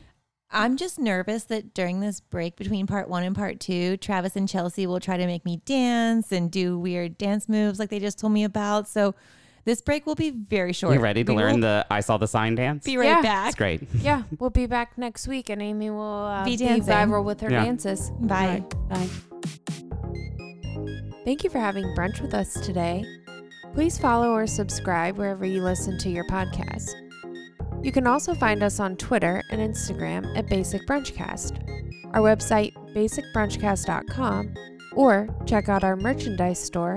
I'm just nervous that during this break between part one and part two, Travis and Chelsea will try to make me dance and do weird dance moves like they just told me about. So this break will be very short.
You ready to
We
learn
will
the I saw the sign dance?
Be right
Yeah.
back.
it's great.
yeah, we'll be back next week, and Amy will uh,
Be
be,
dancing.
viral with her
Yeah.
dances.
Bye.
Bye. Thank you for having brunch with us today. Please follow or subscribe wherever you listen to your podcast. You can also find us on Twitter and Instagram at Basic Brunchcast, our website, basicbrunchcast.com, or check out our merchandise store,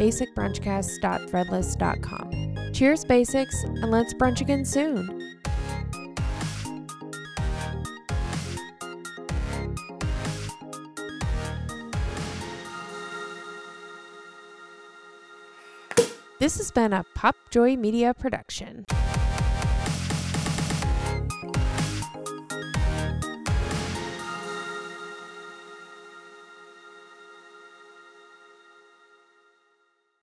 basicbrunchcast.threadless.com. Cheers, Basics, and let's brunch again soon. This has been a Popjoy Media production.